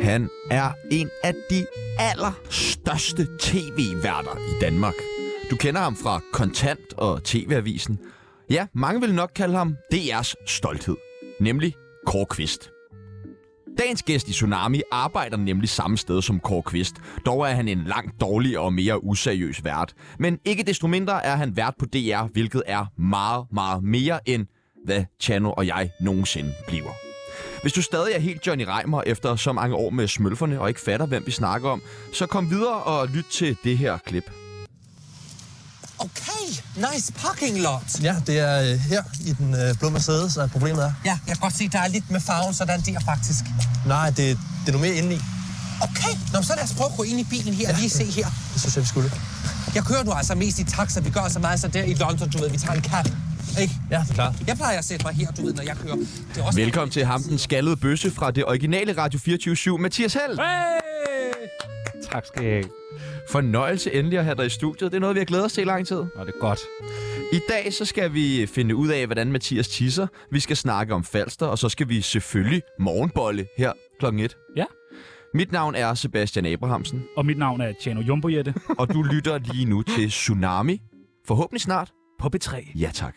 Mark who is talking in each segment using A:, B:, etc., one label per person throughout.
A: Han er en af de allerstørste tv-værter i Danmark. Du kender ham fra Kontant og TV-avisen. Ja, mange vil nok kalde ham DR's stolthed, nemlig Kåre Kvist. Dagens gæst i Tsunami arbejder nemlig samme sted som Kåre Kvist. Dog er han en langt dårligere og mere useriøs vært. Men ikke desto mindre er han vært på DR, hvilket er meget, meget mere end hvad Chano og jeg nogensinde bliver. Hvis du stadig er helt Johnny Reimer efter så mange år med smølferne og ikke fatter, hvem vi snakker om, så kom videre og lyt til det her klip.
B: Okay, nice parking lot.
C: Ja, det er øh, her i den øh, blå Mercedes, at problemet er.
B: Ja, jeg kan godt se, der er lidt med farven sådan der faktisk.
C: Nej, det, det er nu mere indeni.
B: Okay, Nå, så lad os prøve at gå ind i bilen her ja. og lige se her.
C: Det synes jeg, vi skulle.
B: Jeg kører nu altså mest i taxa, vi gør så meget så der i London, du ved, vi tager en cab. Ikke?
C: Ja, det er klart.
B: Jeg plejer at sætte mig her, du ved, når jeg kører. Det er også
A: Velkommen til ham, den skaldede bøsse fra det originale Radio 24 Mathias Held.
D: Hey! Tak skal jeg have.
A: Fornøjelse endelig at have dig i studiet. Det er noget, vi har glædet os til i lang tid.
D: Nå, det er godt.
A: I dag så skal vi finde ud af, hvordan Mathias tisser. Vi skal snakke om falster, og så skal vi selvfølgelig morgenbolle her klokken 1.
D: Ja.
A: Mit navn er Sebastian Abrahamsen,
D: Og mit navn er Tjano Jumbojette
A: og du lytter lige nu til Tsunami. Forhåbentlig snart.
D: på B3.
A: Ja tak.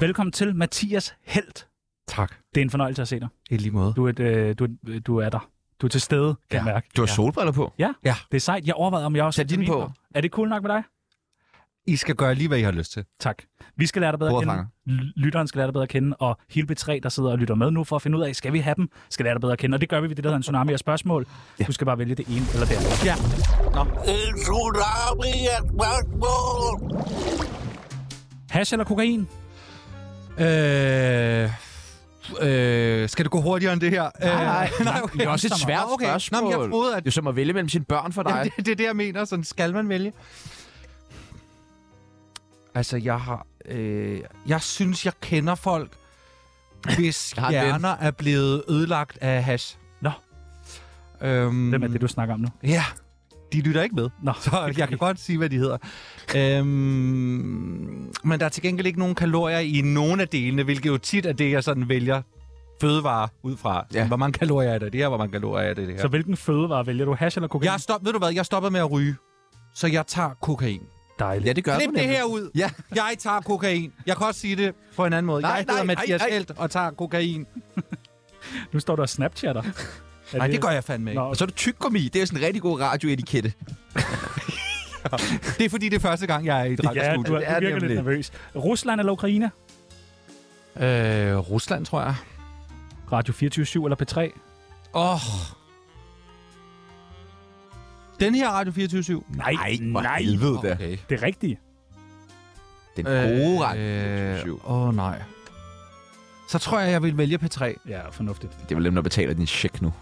D: Velkommen til Mathias Helt.
E: Tak.
D: Det er en fornøjelse at se dig.
E: I lige måde.
D: Du er, et, øh, du, er- du er der. Du er til stede, kan jeg mærke.
A: Du har solbriller på.
D: Ja,
E: Ja.
D: det er sejt. Jeg overvejede, om jeg også...
A: Tag dine på.
D: Er det cool nok med dig?
E: I skal gøre lige, hvad I har lyst til.
D: Tak. Vi skal lære dig bedre at
A: Bordet
D: kende. L- Lytteren skal lære dig bedre at kende, og hele B3, der sidder og lytter med nu for at finde ud af, skal vi have dem, skal lære dig bedre at kende. Og det gør vi ved det, der hedder en tsunami af spørgsmål. Ja. Du skal bare vælge det ene eller det andet. Ja.
B: En tsunami er et spørgsmål.
D: Hash eller kokain?
E: Øh, øh, skal det gå hurtigere end det her? Øh,
D: Nej, nej.
E: nej,
D: Det er også et
E: Nå,
A: svært
E: okay.
A: spørgsmål.
E: Nå, men jeg troede, at
A: Det er som at vælge mellem sine børn for dig.
E: Jamen, det, det er det, jeg mener. Sådan skal man vælge. Altså, jeg har... Øh, jeg synes, jeg kender folk, hvis
A: Jeg har en ven.
E: hjerner er blevet ødelagt af hash.
D: Nå.
E: Øhm,
D: Hvem er det, du snakker om nu?
E: Ja, de lytter ikke med.
D: Nå,
E: Så jeg kan godt sige, hvad de hedder. Øhm, men der er til gengæld ikke nogen kalorier i nogen af delene, hvilket jo tit er det, jeg sådan vælger fødevarer ud fra.
A: Ja.
E: Ja. Hvor mange kalorier er der i det her? Hvor mange kalorier er der i det her?
D: Så hvilken fødevare vælger du? Hash eller kokain?
E: Jeg er stop, ved du hvad? Jeg stoppede med at ryge, så jeg tager kokain.
D: Dejligt.
A: Ja, det gør
E: Klip
A: du
E: det
A: nemlig.
E: her ud.
A: Ja.
E: Jeg tager kokain. Jeg kan også sige det på en anden måde.
A: Nej,
E: jeg hedder
A: nej,
E: Mathias
A: ej, ej.
E: Helt og tager kokain.
D: Nu står du og snapchatter.
E: Nej, det gør jeg fandme ikke.
D: Nå,
A: Og så er du tyggegummi. Det er sådan en rigtig god radioetikette.
E: Det er fordi, det er første gang, jeg er i et
D: Ja, du,
E: radiostudie.
D: er,
A: Det er
D: du virker lidt
A: nemlig.
D: nervøs. Rusland eller Ukraine?
E: Øh, Rusland, tror jeg.
D: Radio 24 eller P3?
E: Åh. Oh. Den her Radio 24
D: Nej,
A: hvor
D: nej.
A: helvede da.
E: Okay. Øh,
D: Det er rigtigt.
A: Den gode Radio 24.
E: Åh, øh, nej. Så tror jeg, jeg vil vælge P3.
D: Ja, fornuftigt.
A: Det er vel dem, der betaler din check nu.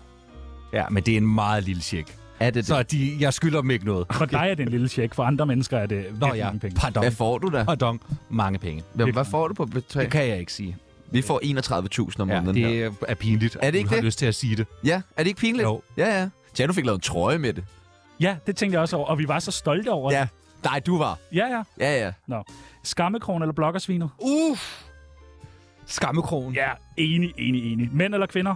E: Ja, men det er en meget lille tjek.
A: Er det
E: Så de, jeg skylder dem ikke noget.
D: For dig er det en lille check, for andre mennesker er det virkelig
E: Nå ja,
D: mange penge.
E: pardon.
A: Hvad får du da?
E: Pardon. Mange penge.
A: Hvem, hvad får du på betræk?
E: Det kan jeg ikke sige.
A: Vi får 31.000 om
E: Ja,
A: måneden her.
E: det er- er pinligt.
A: Er det ikke
E: du har
A: det?
E: lyst til at sige det.
A: Ja, er det ikke pinligt?
E: Jo.
A: Ja, ja. Tjano fik lavet en trøje med det.
D: Ja, det tænkte jeg også over, og vi var så stolte over det.
A: Ja. Nej, du var.
D: Ja, ja.
A: Ja, ja.
D: Nå. Skammekrogen eller blokkersvinet?
E: Uh. Uff. Skammekrogen.
D: Ja, enig, enig, enig. Mænd eller kvinder?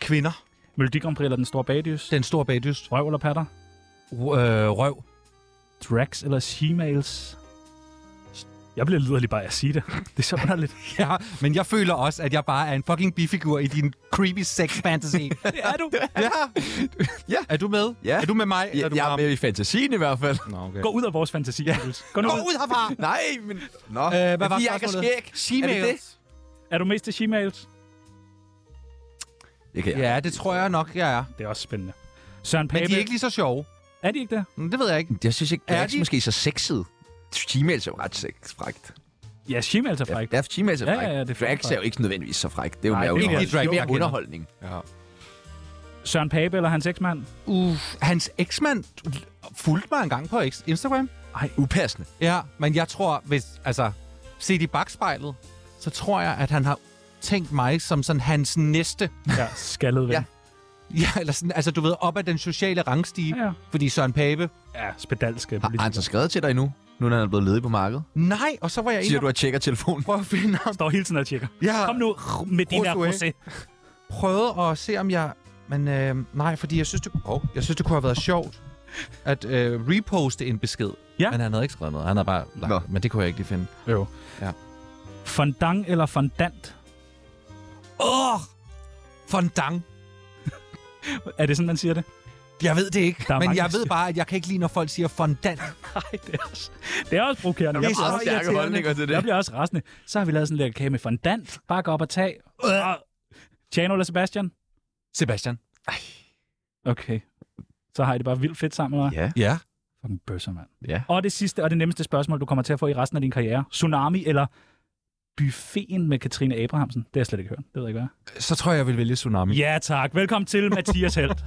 E: Kvinder.
D: Melodi Grand Prix eller Den Store Bagdys?
E: Den store bagdyst.
D: Røv eller patter?
E: R- øh, røv.
D: Drax eller Shemales? Jeg bliver liderlig bare af at sige det. Det er så underligt.
E: Ja, men jeg føler også, at jeg bare er en fucking bifigur i din creepy sex fantasy.
D: Det er du.
E: ja.
A: Ja.
E: Er du med?
A: Ja.
E: Er du med mig? eller
A: Ja,
E: er du
A: jeg er
E: med
A: med i fantasien i hvert fald.
E: Nå, okay.
D: Gå ud af vores fantasi, Niels. Gå nu
E: Gå
D: ud.
E: ud herfra!
A: Nej, men... Nå,
E: Øh,
A: er
E: hvad var
A: fordi jeg ikke er
E: spørgsmålet?
A: skæg. Er det det?
D: Er du mest til Shemales?
A: Det kan jeg.
E: Ja, det tror jeg nok, jeg er.
D: Det er også spændende. Søren
E: Men
D: Pape.
E: de er ikke lige så sjove.
D: er de ikke det?
E: Mm, Det ved jeg ikke.
A: Jeg synes ikke,
E: Er
A: Drax
E: de-
A: måske er så sexet. T-mails er jo ret sex, frækt.
D: Ja, Shemales er fræk.
A: Ja, T-mails er
D: Ja,
A: frækt.
D: ja, det er
A: Drax er jo
D: frækt.
A: ikke nødvendigvis så frækt. Det er jo
D: Nej,
A: mere,
D: det er
A: underholdning.
E: ikke Drax,
A: det er mere
E: jeg
A: underholdning.
E: Ja.
D: Søren Pape eller hans eksmand?
E: Uh, hans eksmand fulgte mig engang på eks- Instagram.
A: Upassende.
E: Ja, men jeg tror, hvis... Altså, set i bagspejlet, så tror jeg, at han har tænkt mig som sådan hans næste.
D: Ja, skaldet ven.
A: Ja.
D: Ja.
E: Ja, eller sådan, altså du ved, op ad den sociale rangstige,
D: Ja.
E: ja. fordi Søren Pape...
D: Ja, spedalske.
A: Har han så skrevet til dig nu, nu når han er blevet ledig på markedet?
E: Nej, og så var jeg inde
A: Siger
E: og
A: du, at tjekker telefonen?
E: prøve at finde ham.
D: Står hele tiden og tjekker.
E: Jeg
D: Kom nu med din
E: Prost, du
D: der
E: er.
D: rosé.
E: prøvede at se, om jeg... Men øh, nej, fordi jeg synes, det, oh, jeg synes, det kunne have været sjovt at øh, reposte en besked.
D: Ja.
E: Men han havde ikke skrevet noget. Han havde bare lagt,
A: Nå.
E: Nå. men det kunne jeg ikke lige finde.
D: Jo.
E: Ja.
D: Fondant eller fondant?
E: Åh! Oh, fondant.
D: Er det sådan, man siger det?
E: Jeg ved det ikke,
D: Der er
E: men
D: mange,
E: jeg
D: der
E: ved
D: siger-
E: bare, at jeg kan ikke lide, når folk siger fondant.
D: Nej, det er også, det er også provokerende.
E: Det er så
D: bliver også
A: stærke
D: irriterende.
A: holdninger til det.
D: Jeg bliver også rasende. Så har vi lavet sådan en lille kage med fondant. Bare gå op og tag. Øh. Tjano eller Sebastian?
E: Sebastian.
D: Okay. Så har I det bare vildt fedt sammen, hva'?
A: Ja.
E: Ja.
D: Fucking bøsser, mand.
A: Ja.
D: Og det sidste og det nemmeste spørgsmål, du kommer til at få i resten af din karriere. Tsunami eller buffeten med Katrine Abrahamsen? Det har jeg slet ikke hørt. Det ved jeg ikke, hvad er.
E: Så tror jeg, jeg vil vælge
A: Mm.
E: Tsunami.
D: Ja, tak. Velkommen til, Mathias Helt.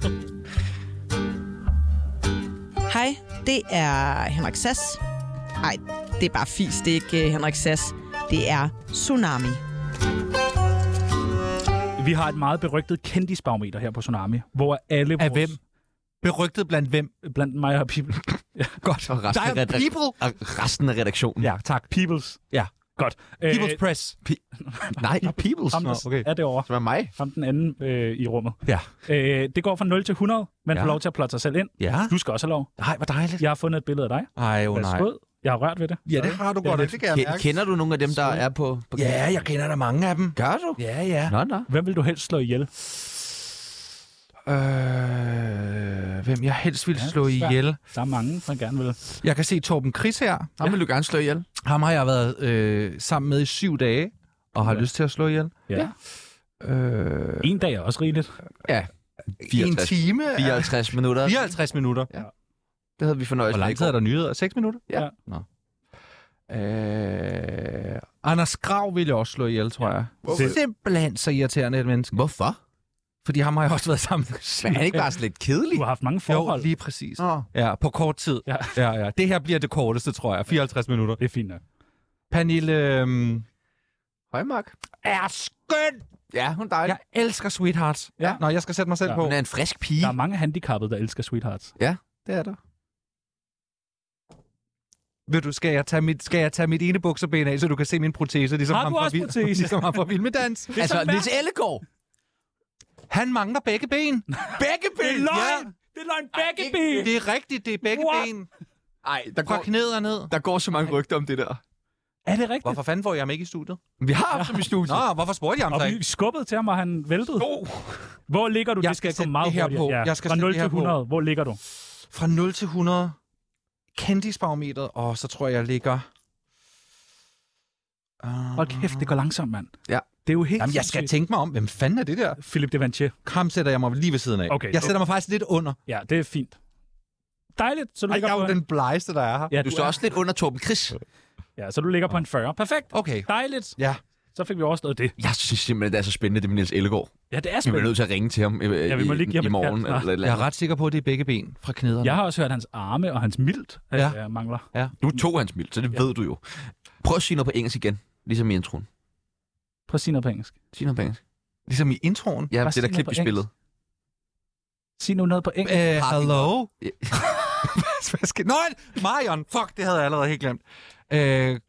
F: Hej, det er Henrik Sass. Nej, det er bare fis, det er ikke øh, Henrik Sass. Det er Tsunami.
D: Vi har et meget berygtet kendisbarometer her på Tsunami, hvor alle
E: Af hvem? Berygtet blandt hvem?
D: Blandt mig og People.
A: Godt. Og resten,
E: Der
A: af,
E: Altså, er
A: redak-
E: people.
A: og resten af redaktionen.
D: Ja, tak. Peoples.
E: Ja.
D: Godt. Øh,
E: People's Press.
A: Nej, Peoples.
D: ham,
E: Nå,
D: der okay.
E: okay.
D: er derovre.
A: Det var mig.
D: Ham den anden øh, i rummet.
E: Ja.
D: Øh, det går fra 0 til 100. Man ja.
E: Ja.
D: får lov til at plotte sig selv ind.
E: Ja.
D: Du skal også have lov.
E: Nej, hvor dejligt.
D: Jeg har fundet et billede af dig.
E: Ej, jo nej.
D: Værsgod. Jeg har rørt ved det.
E: Ja, det har du godt. Det kan
A: Ke- Kender du nogle af dem, der er på... på
E: Ja, jeg kender der mange af dem.
A: Gør du?
E: Ja, ja.
A: Nå, nå.
D: Hvem vil du helst slå ihjel?
E: Øh, hvem jeg helst ville slå
D: det er svært.
E: ihjel.
D: Der er mange, der gerne vil.
E: Jeg kan se Torben Chris her.
A: Ham vil du gerne slå ihjel.
E: Ham har jeg været øh, sammen med i syv dage, og har
D: Ja.
E: ja. lyst til at slå ihjel.
D: Ja. ja.
E: Øh,
D: En dag er også rigeligt.
E: en
A: 64.
E: time? er-
A: 54 minutter.
E: 54 minutter.
A: Ja. Det havde vi fornøjelse
E: Hvor
A: med i
E: lang tid er
A: går.
E: der nyheder? 6 minutter?
A: Ja.
D: Ja.
E: Nå. Øh, Anders Grav ville jeg også slå ihjel, tror jeg.
A: Hvorfor?
E: Simpelthen så irriterende et menneske.
A: Hvorfor?
E: Fordi ham har jeg også været sammen med.
A: Men er han ikke bare sådan lidt kedelig?
D: Du har haft mange
E: Jo,
D: forhold.
E: lige præcis.
A: Nå.
E: Ja, på kort tid.
D: Ja.
E: ja, ja. Det her bliver det korteste, tror jeg. 54 minutter.
D: Det er fint nok.
E: Pernille øhm,
A: Højmark.
E: er skøn!
A: Ja, hun er dejlig.
E: Jeg elsker Sweethearts.
D: Ja.
E: Nå, jeg skal sætte mig selv
D: Ja.
E: ja. på.
A: Hun er en frisk pige.
D: Der er mange handicappede, der elsker Sweethearts.
A: Det er der.
E: Ved du, skal jeg tage mit, skal jeg tage mit ene bukseben af, så du kan se min protese, ligesom
D: Har
E: ham
D: du
E: fra
D: også
E: Vild-
D: protese?
E: ligesom ham fra Vild med Dans.
D: er
A: Altså,
D: så
A: Nils Ellegaard.
E: Han mangler begge ben.
A: Begge ben!
E: løgn!
D: Det er løgn begge ben!
E: Det er rigtigt, det er begge
D: What?
E: What? ben.
A: Ej, der går,
E: Fra knæet og ned.
A: der går så mange rygter om det der.
D: Er det rigtigt?
E: Hvorfor fanden får jeg ham ikke i studiet?
A: Vi har haft dem i studiet.
E: Nå, hvorfor spurgte jeg ham
D: Og
E: så
D: vi
E: ikke?
D: skubbede til ham, og han væltede.
E: Oh,
D: Hvor ligger du?
E: Jeg
D: det skal,
E: skal
D: gå
E: sætte
D: meget
E: det her
D: hurtigere.
E: på.
D: Ja.
E: Jeg skal
D: Fra
E: sætte
D: 0
E: det
D: til
E: her på.
D: 100. Hvor ligger du?
E: fra 0 til 100. Kendisbarometeret. Og så tror jeg, jeg ligger... Uh,
D: Hold kæft, det går langsomt, mand.
A: Ja.
D: Det er jo helt
E: Jamen, jeg skal tænke mig om, hvem fanden er det der?
D: Philip Devanché.
E: Ham sætter jeg mig lige ved siden af.
D: Okay,
E: jeg sætter mig faktisk lidt under.
D: Ja, det er fint. Dejligt, så du
E: Ej,
D: ligger
E: jeg er
D: på
E: jo
D: en...
E: den blegeste, der er her.
D: Ja,
A: Du står
D: er-
A: også lidt under Torben Chris.
D: Ja, så du ligger på en 40. Perfekt.
E: Okay.
D: Dejligt.
E: Ja.
D: Så fik vi overstået det.
A: Jeg synes simpelthen, det er så spændende, det med Niels Ellegaard.
D: Ja, det er
A: Vi bliver
D: spændende.
A: nødt til at ringe til ham i, ja,
D: vi må lige give
A: i,
D: ham
A: i
D: et
A: morgen.
D: kald
A: Eller,
D: snart.
A: et eller
E: Jeg
A: andet.
E: er ret sikker på, at det er begge ben fra knæderne.
D: Jeg har også hørt hans arme og hans milt ja.
E: Ja.
D: øh, mangler.
A: Du tog hans mild, så det ja. ved du jo. Prøv at sige noget på engelsk igen, ligesom i introen.
D: Prøv at sige noget på engelsk.
A: Sig noget på engelsk.
E: Ligesom i introen.
A: Ja,
D: Bare
A: det der
D: sig
A: klip,
D: noget
A: vi
D: på
A: spillede.
D: Sig nu noget på engelsk.
E: Øh, hello?
A: Ja.
E: Hvad skal... Nå, Marion! Fuck, det havde jeg allerede helt glemt. Øh,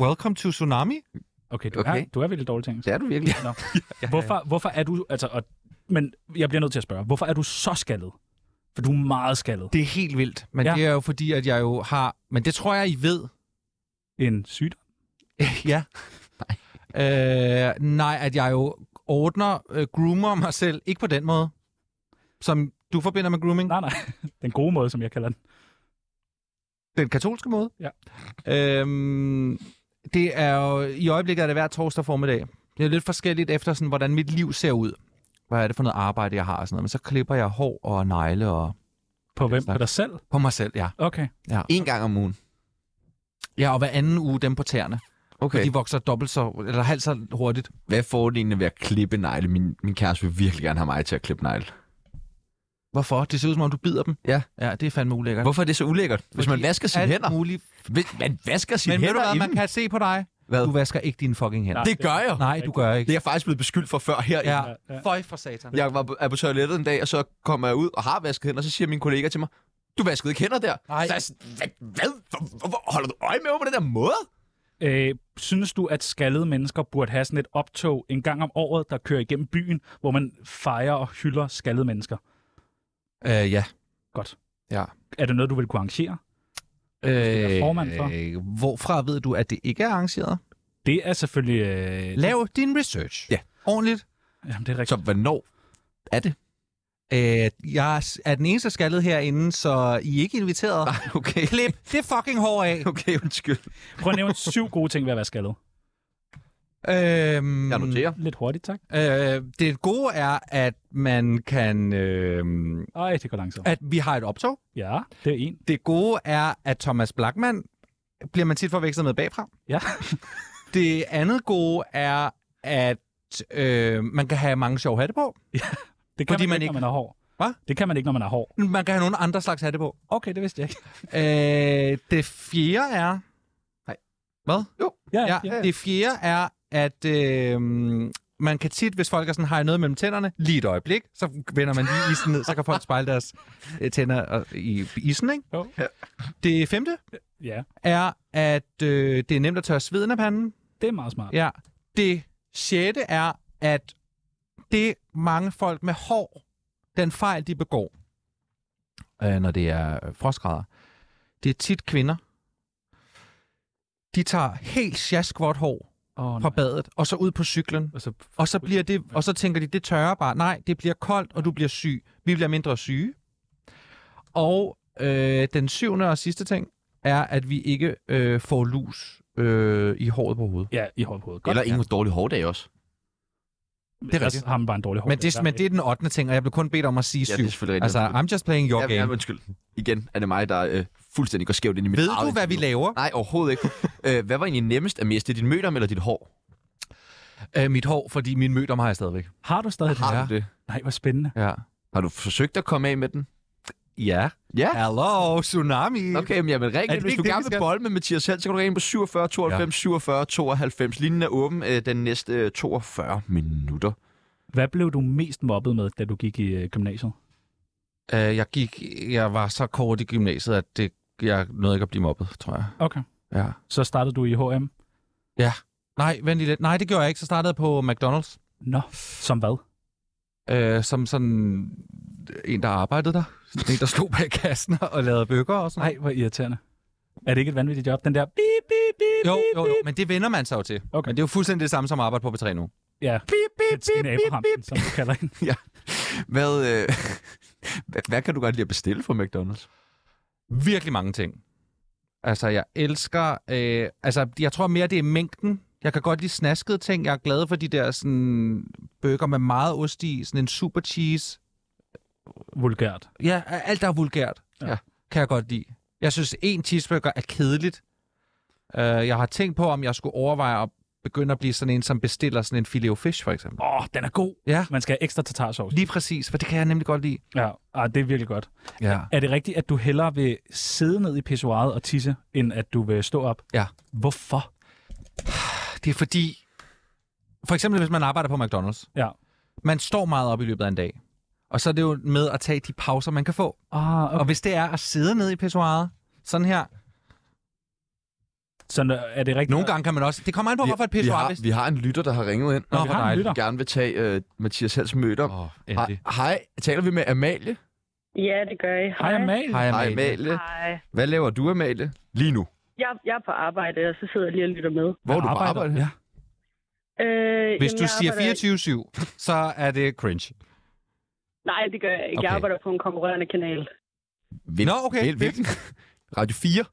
E: welcome to Tsunami.
D: Okay, du, okay.
A: okay.
D: Er, du er virkelig dårlig til engelsk.
A: Det er du virkelig.
D: Nå. Hvorfor, hvorfor er du... Altså, og, men jeg bliver nødt til at spørge. Hvorfor er du så skaldet? For du er meget skaldet.
E: Det er helt vildt, men
D: Ja.
E: ja. det er jo fordi, at jeg jo har... Men det tror jeg, I ved.
D: En sygdom.
E: ja. Nej. Øh, nej, at jeg jo ordner, øh, groomer mig selv. Ikke på den måde, som du forbinder med grooming.
D: Nej, nej. Den gode måde, som jeg kalder den.
E: Den katolske måde?
D: Ja.
E: Øhm, det er jo, i øjeblikket er det hver torsdag formiddag. Det er lidt forskelligt efter, sådan, hvordan mit liv ser ud. Hvad er det for noget arbejde, jeg har og sådan noget. Men så klipper jeg hår og negle og
D: På hvem? På
E: slags.
D: dig selv?
E: på mig selv, ja.
D: Okay.
A: En gang om ugen.
E: Ja, og hver anden uge dem på tæerne.
A: Okay.
E: Okay. De vokser dobbelt så, eller halvt så hurtigt.
A: Hvad er fordelene ved at klippe negle? Min, min kæreste vil virkelig gerne have mig til at klippe negle.
E: Hvorfor? Det ser ud som om, du bider dem.
A: Ja.
E: Ja, det er fandme ulækkert.
A: Hvorfor er det så ulækkert? Hvis man vasker sine
E: alt
A: hænder.
E: Muligt.
A: Hvis man vasker sine
E: Men ved du
A: hænder
E: hvad, man
A: inden.
E: kan se på dig,
A: Hvad?
E: Du vasker ikke dine fucking hænder.
D: Nej.
A: Det gør jeg.
E: Nej, du gør
A: Det er
E: ikke.
A: jeg faktisk blevet beskyldt for før her.
E: Ja.
D: ja.
E: Føj for satan.
A: Jeg var på, er på toilettet en dag, og så kommer jeg ud og har vasket hænder, og så siger min kollega til mig, du vaskede ikke hænder der.
E: Nej.
A: Så er jeg sådan, hvad? hvad? Hvor, hvor, hvor, holder du øje med mig på den der måde?
D: Øh, synes du, at skaldede mennesker burde have sådan et optog en gang om året, der kører igennem byen, hvor man fejrer og hylder skaldede mennesker?
E: Øh, ja.
D: Godt.
E: Ja.
D: Er det noget, du vil kunne arrangere? skal være formand for.
E: Øh, hvorfra ved du, at det ikke er arrangeret?
D: Det er selvfølgelig... Øh,
E: Lav din research.
A: Ja.
E: Ordentligt.
D: Jamen, det er rigtigt.
A: Så hvornår er det?
E: Øh, jeg er den eneste skaldet herinde, så I er ikke inviteret.
A: Nej, okay.
E: Klip det fucking hår af.
A: Okay, undskyld.
D: Prøv at nævne syv gode ting ved at være skaldet.
E: Øhm,
A: Jeg noterer.
D: Lidt hurtigt, tak.
E: Øh, det gode er, at man kan... Øh,
D: Ej, det går langsomt.
E: at vi har et optog.
D: Ja, det er en.
E: Det gode er, at Thomas Blackman bliver man tit forvekslet med bagfra.
D: Ja.
E: Det andet gode er, at øh, man kan have mange sjove hatte på.
D: Det kan
E: Fordi
D: man,
E: man ikke-
D: ikke, når man er hård.
E: Hva?
D: Det kan man ikke, når man er hård.
E: Man kan have nogle andre slags hatte på.
D: Okay, det vidste jeg ikke.
E: Øh, det fjerde er... Nej. Hvad? Jo.
D: Ja,
E: Ja, ja. Det fjerde er, at øh, man kan tit, hvis folk er sådan, har noget mellem tænderne, lige et øjeblik, så vender man lige isen ned, så kan folk spejle deres øh, tænder og- i isen, ikke?
D: Jo.
E: Det femte
D: ja.
E: er, at øh, det er nemt at tørre sveden af panden.
D: det er meget smart.
E: Ja. Det sjette er, at det mange folk med hår, den fejl, de begår, øh, når det er øh, frostgrader, det er tit kvinder. De tager helt sjaskvådt hår
D: Oh,
E: fra badet, og så ud på cyklen,
D: Og så,
E: og så, bliver det, og så tænker de, det tørrer bare. Nej, det bliver koldt, og du bliver syg. Vi bliver mindre syge. Og øh, den syvende og sidste ting er, at vi ikke øh, får lus øh, i håret på hovedet.
D: ja, i hårdt på hovedet. Godt.
A: Eller ingen dårlig hårdag også.
D: det
E: rigtigt.
D: har man bare en dårlig hård.
E: Men det, men det er den 8. ting, og jeg blev kun bedt om at sige
A: Ja,
E: syv.
A: det er selvfølgelig rigtigt.
E: altså, I'm just playing your
A: Ja,
E: game.
A: ja, undskyld. Igen er det mig, der øh, fuldstændig går skævt ind i mit
E: Ved
A: eget
E: du, hvad vi
A: interview.
E: laver?
A: Nej, overhovedet ikke. øh, hvad var egentlig nemmest at miste? Din mødom eller dit hår?
E: Øh, mit hår, fordi min mødom har jeg stadigvæk.
D: Har du stadig
A: Har
D: det?
A: du det?
D: Nej, hvor spændende.
E: Ja.
A: Har du forsøgt at komme af med den?
E: Ja.
A: Ja.
E: Hello, tsunami.
A: Okay, men jamen, ring
E: Er
A: ind.
E: det
A: Hvis
E: ikke
A: du
E: det, vi
A: gerne vil
E: skal?
A: bolde med Mathias selv, så kan du ringe ind på 47 92 ja. 47 92. Linjen er åben øh, den næste øh, 42 minutter.
D: Hvad blev du mest mobbet med, da du gik i øh, gymnasiet?
E: Øh, jeg, gik, jeg var så kort i gymnasiet, at det, jeg nåede ikke at blive mobbet, tror jeg.
D: Okay.
E: Ja.
D: Så startede du i H&M.
E: Nej, vent lige lidt. Nej, det gjorde jeg ikke. Så startede jeg på McDonald's,
D: Nå, som hvad?
E: øh, som sådan øh, en, der arbejdede der. Sådan en, der stod bag kassen og lavede bøger og sådan noget.
D: Nej, hvor irriterende. Er det ikke et vanvittigt job, den der bip, bip, bip,
E: Jo,
D: bip,
E: jo, jo, men det vender man sig jo til.
D: Okay.
E: Men det er jo fuldstændig det samme som at arbejde på P3 nu.
D: Ja,
A: Bip, bip,
D: Christine Abrahamsen, som du kalder hende.
A: Hvad, øh, hvad, hvad kan du godt lide at bestille fra McDonald's?
E: virkelig mange ting. Altså, jeg elsker... Øh, altså, jeg tror mere, det er mængden. Jeg kan godt lide snaskede ting. Jeg er glad for de der sådan, bøger med meget ost i. Sådan en super cheese.
D: Vulgært.
E: Ja, alt, der er vulgært,
D: Ja.
E: ja. kan jeg godt lide. Jeg synes, en cheeseburger er kedeligt. Uh, jeg har tænkt på, om jeg skulle overveje at begynde at blive sådan en, som bestiller sådan en filet fish, for eksempel.
D: Åh, oh, den er god.
E: Ja.
D: Man skal have ekstra tartarsauce.
E: Lige præcis, for det kan jeg nemlig godt lide.
D: Ja, ah, det er virkelig godt.
E: Ja.
D: Er det rigtigt, at du hellere vil sidde ned i pissoiret og tisse, end at du vil stå op?
E: Ja.
D: Hvorfor?
E: Det er fordi... For eksempel, hvis man arbejder på McDonald's.
D: Ja.
E: man står meget op i løbet af en dag. Og så er det jo med at tage de pauser, man kan få.
D: Ah,
E: Og hvis det er at sidde ned i pissoiret, sådan her.
D: Så når- er det rigtigt?
E: Nogle gange kan man også... øh, Det kommer an på, hvorfor et
A: vi,
E: pissoir,
A: har,
E: hvis...
A: vi har en lytter, der har ringet ind,
E: Nå,
D: vi
E: hvor
D: har en
E: dejligt.
D: lytter.
A: og gerne vil tage øh, Mathias Hels mødom.
E: Åh,
A: Hej,
E: endelig.
A: hej, taler vi med Amalie?
G: Ja, det gør jeg.
D: Hej, Amalie.
E: Hej,
A: Hej
E: Amalie.
A: Amalie.
G: Hej.
A: Hvad laver du, Amalie? Lige nu.
G: Jeg, jeg er på arbejde, og så sidder jeg lige og lytter med.
A: Hvor er du på
D: Arbejder.
A: arbejde?
D: Ja.
G: Øh,
E: Hvis
G: jamen,
E: du
G: jeg
E: siger
G: arbejder-
E: 24-7, så er det cringe.
G: Nej, det gør jeg ikke. Okay.
E: Okay.
G: Jeg arbejder på en konkurrerende kanal.
A: Hvil,
E: Nå, okay.
A: Hvil, hvilken? Radio 4?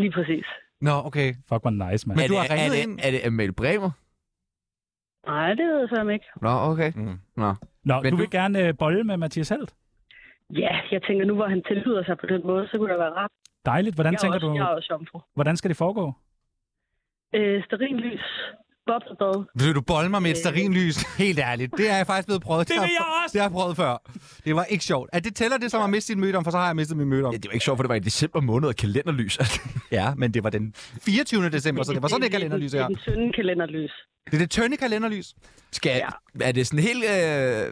G: Lige præcis.
E: Nå, okay.
D: Fuck, hvor nice, mand.
E: Men-
A: er
E: du
A: det,
E: har ringet
A: er det,
E: ind.
A: Er det Amalie Bremer?
G: Nej, det ved jeg så ikke.
A: Nå, okay.
E: Mm.
D: Nå,
A: men
D: du
A: du-
D: vil gerne øh, bolle med Mathias Helt.
G: Ja, jeg tænker nu, hvor han tilbyder sig på den måde, så kunne det være rart.
D: Dejligt. Hvordan
G: jeg, er
D: tænker
G: også, jeg
D: du,
G: er også jomfru.
D: hvordan skal det foregå?
G: Øh, sterin lys boblebad.
E: Vil du bolle mig med
G: Øh.
E: et starinlys? Helt ærligt. Det er jeg faktisk blevet prøvet.
D: Det
E: har
D: vil jeg
E: prø-
D: også!
E: Det har jeg prøvet før. Det var ikke sjovt. Er det tæller det som at miste sin mødom, for så har jeg mistet min mødom.
A: Ja, det var ikke sjovt, for det var i december måned og kalenderlys.
E: Ja, men det var den 24. december, så det var sådan et kalenderlys
G: Det
E: her.
G: er den tynde kalenderlys.
E: Det er det tynde kalenderlys.
A: skal, ja. Er det sådan helt... Øh,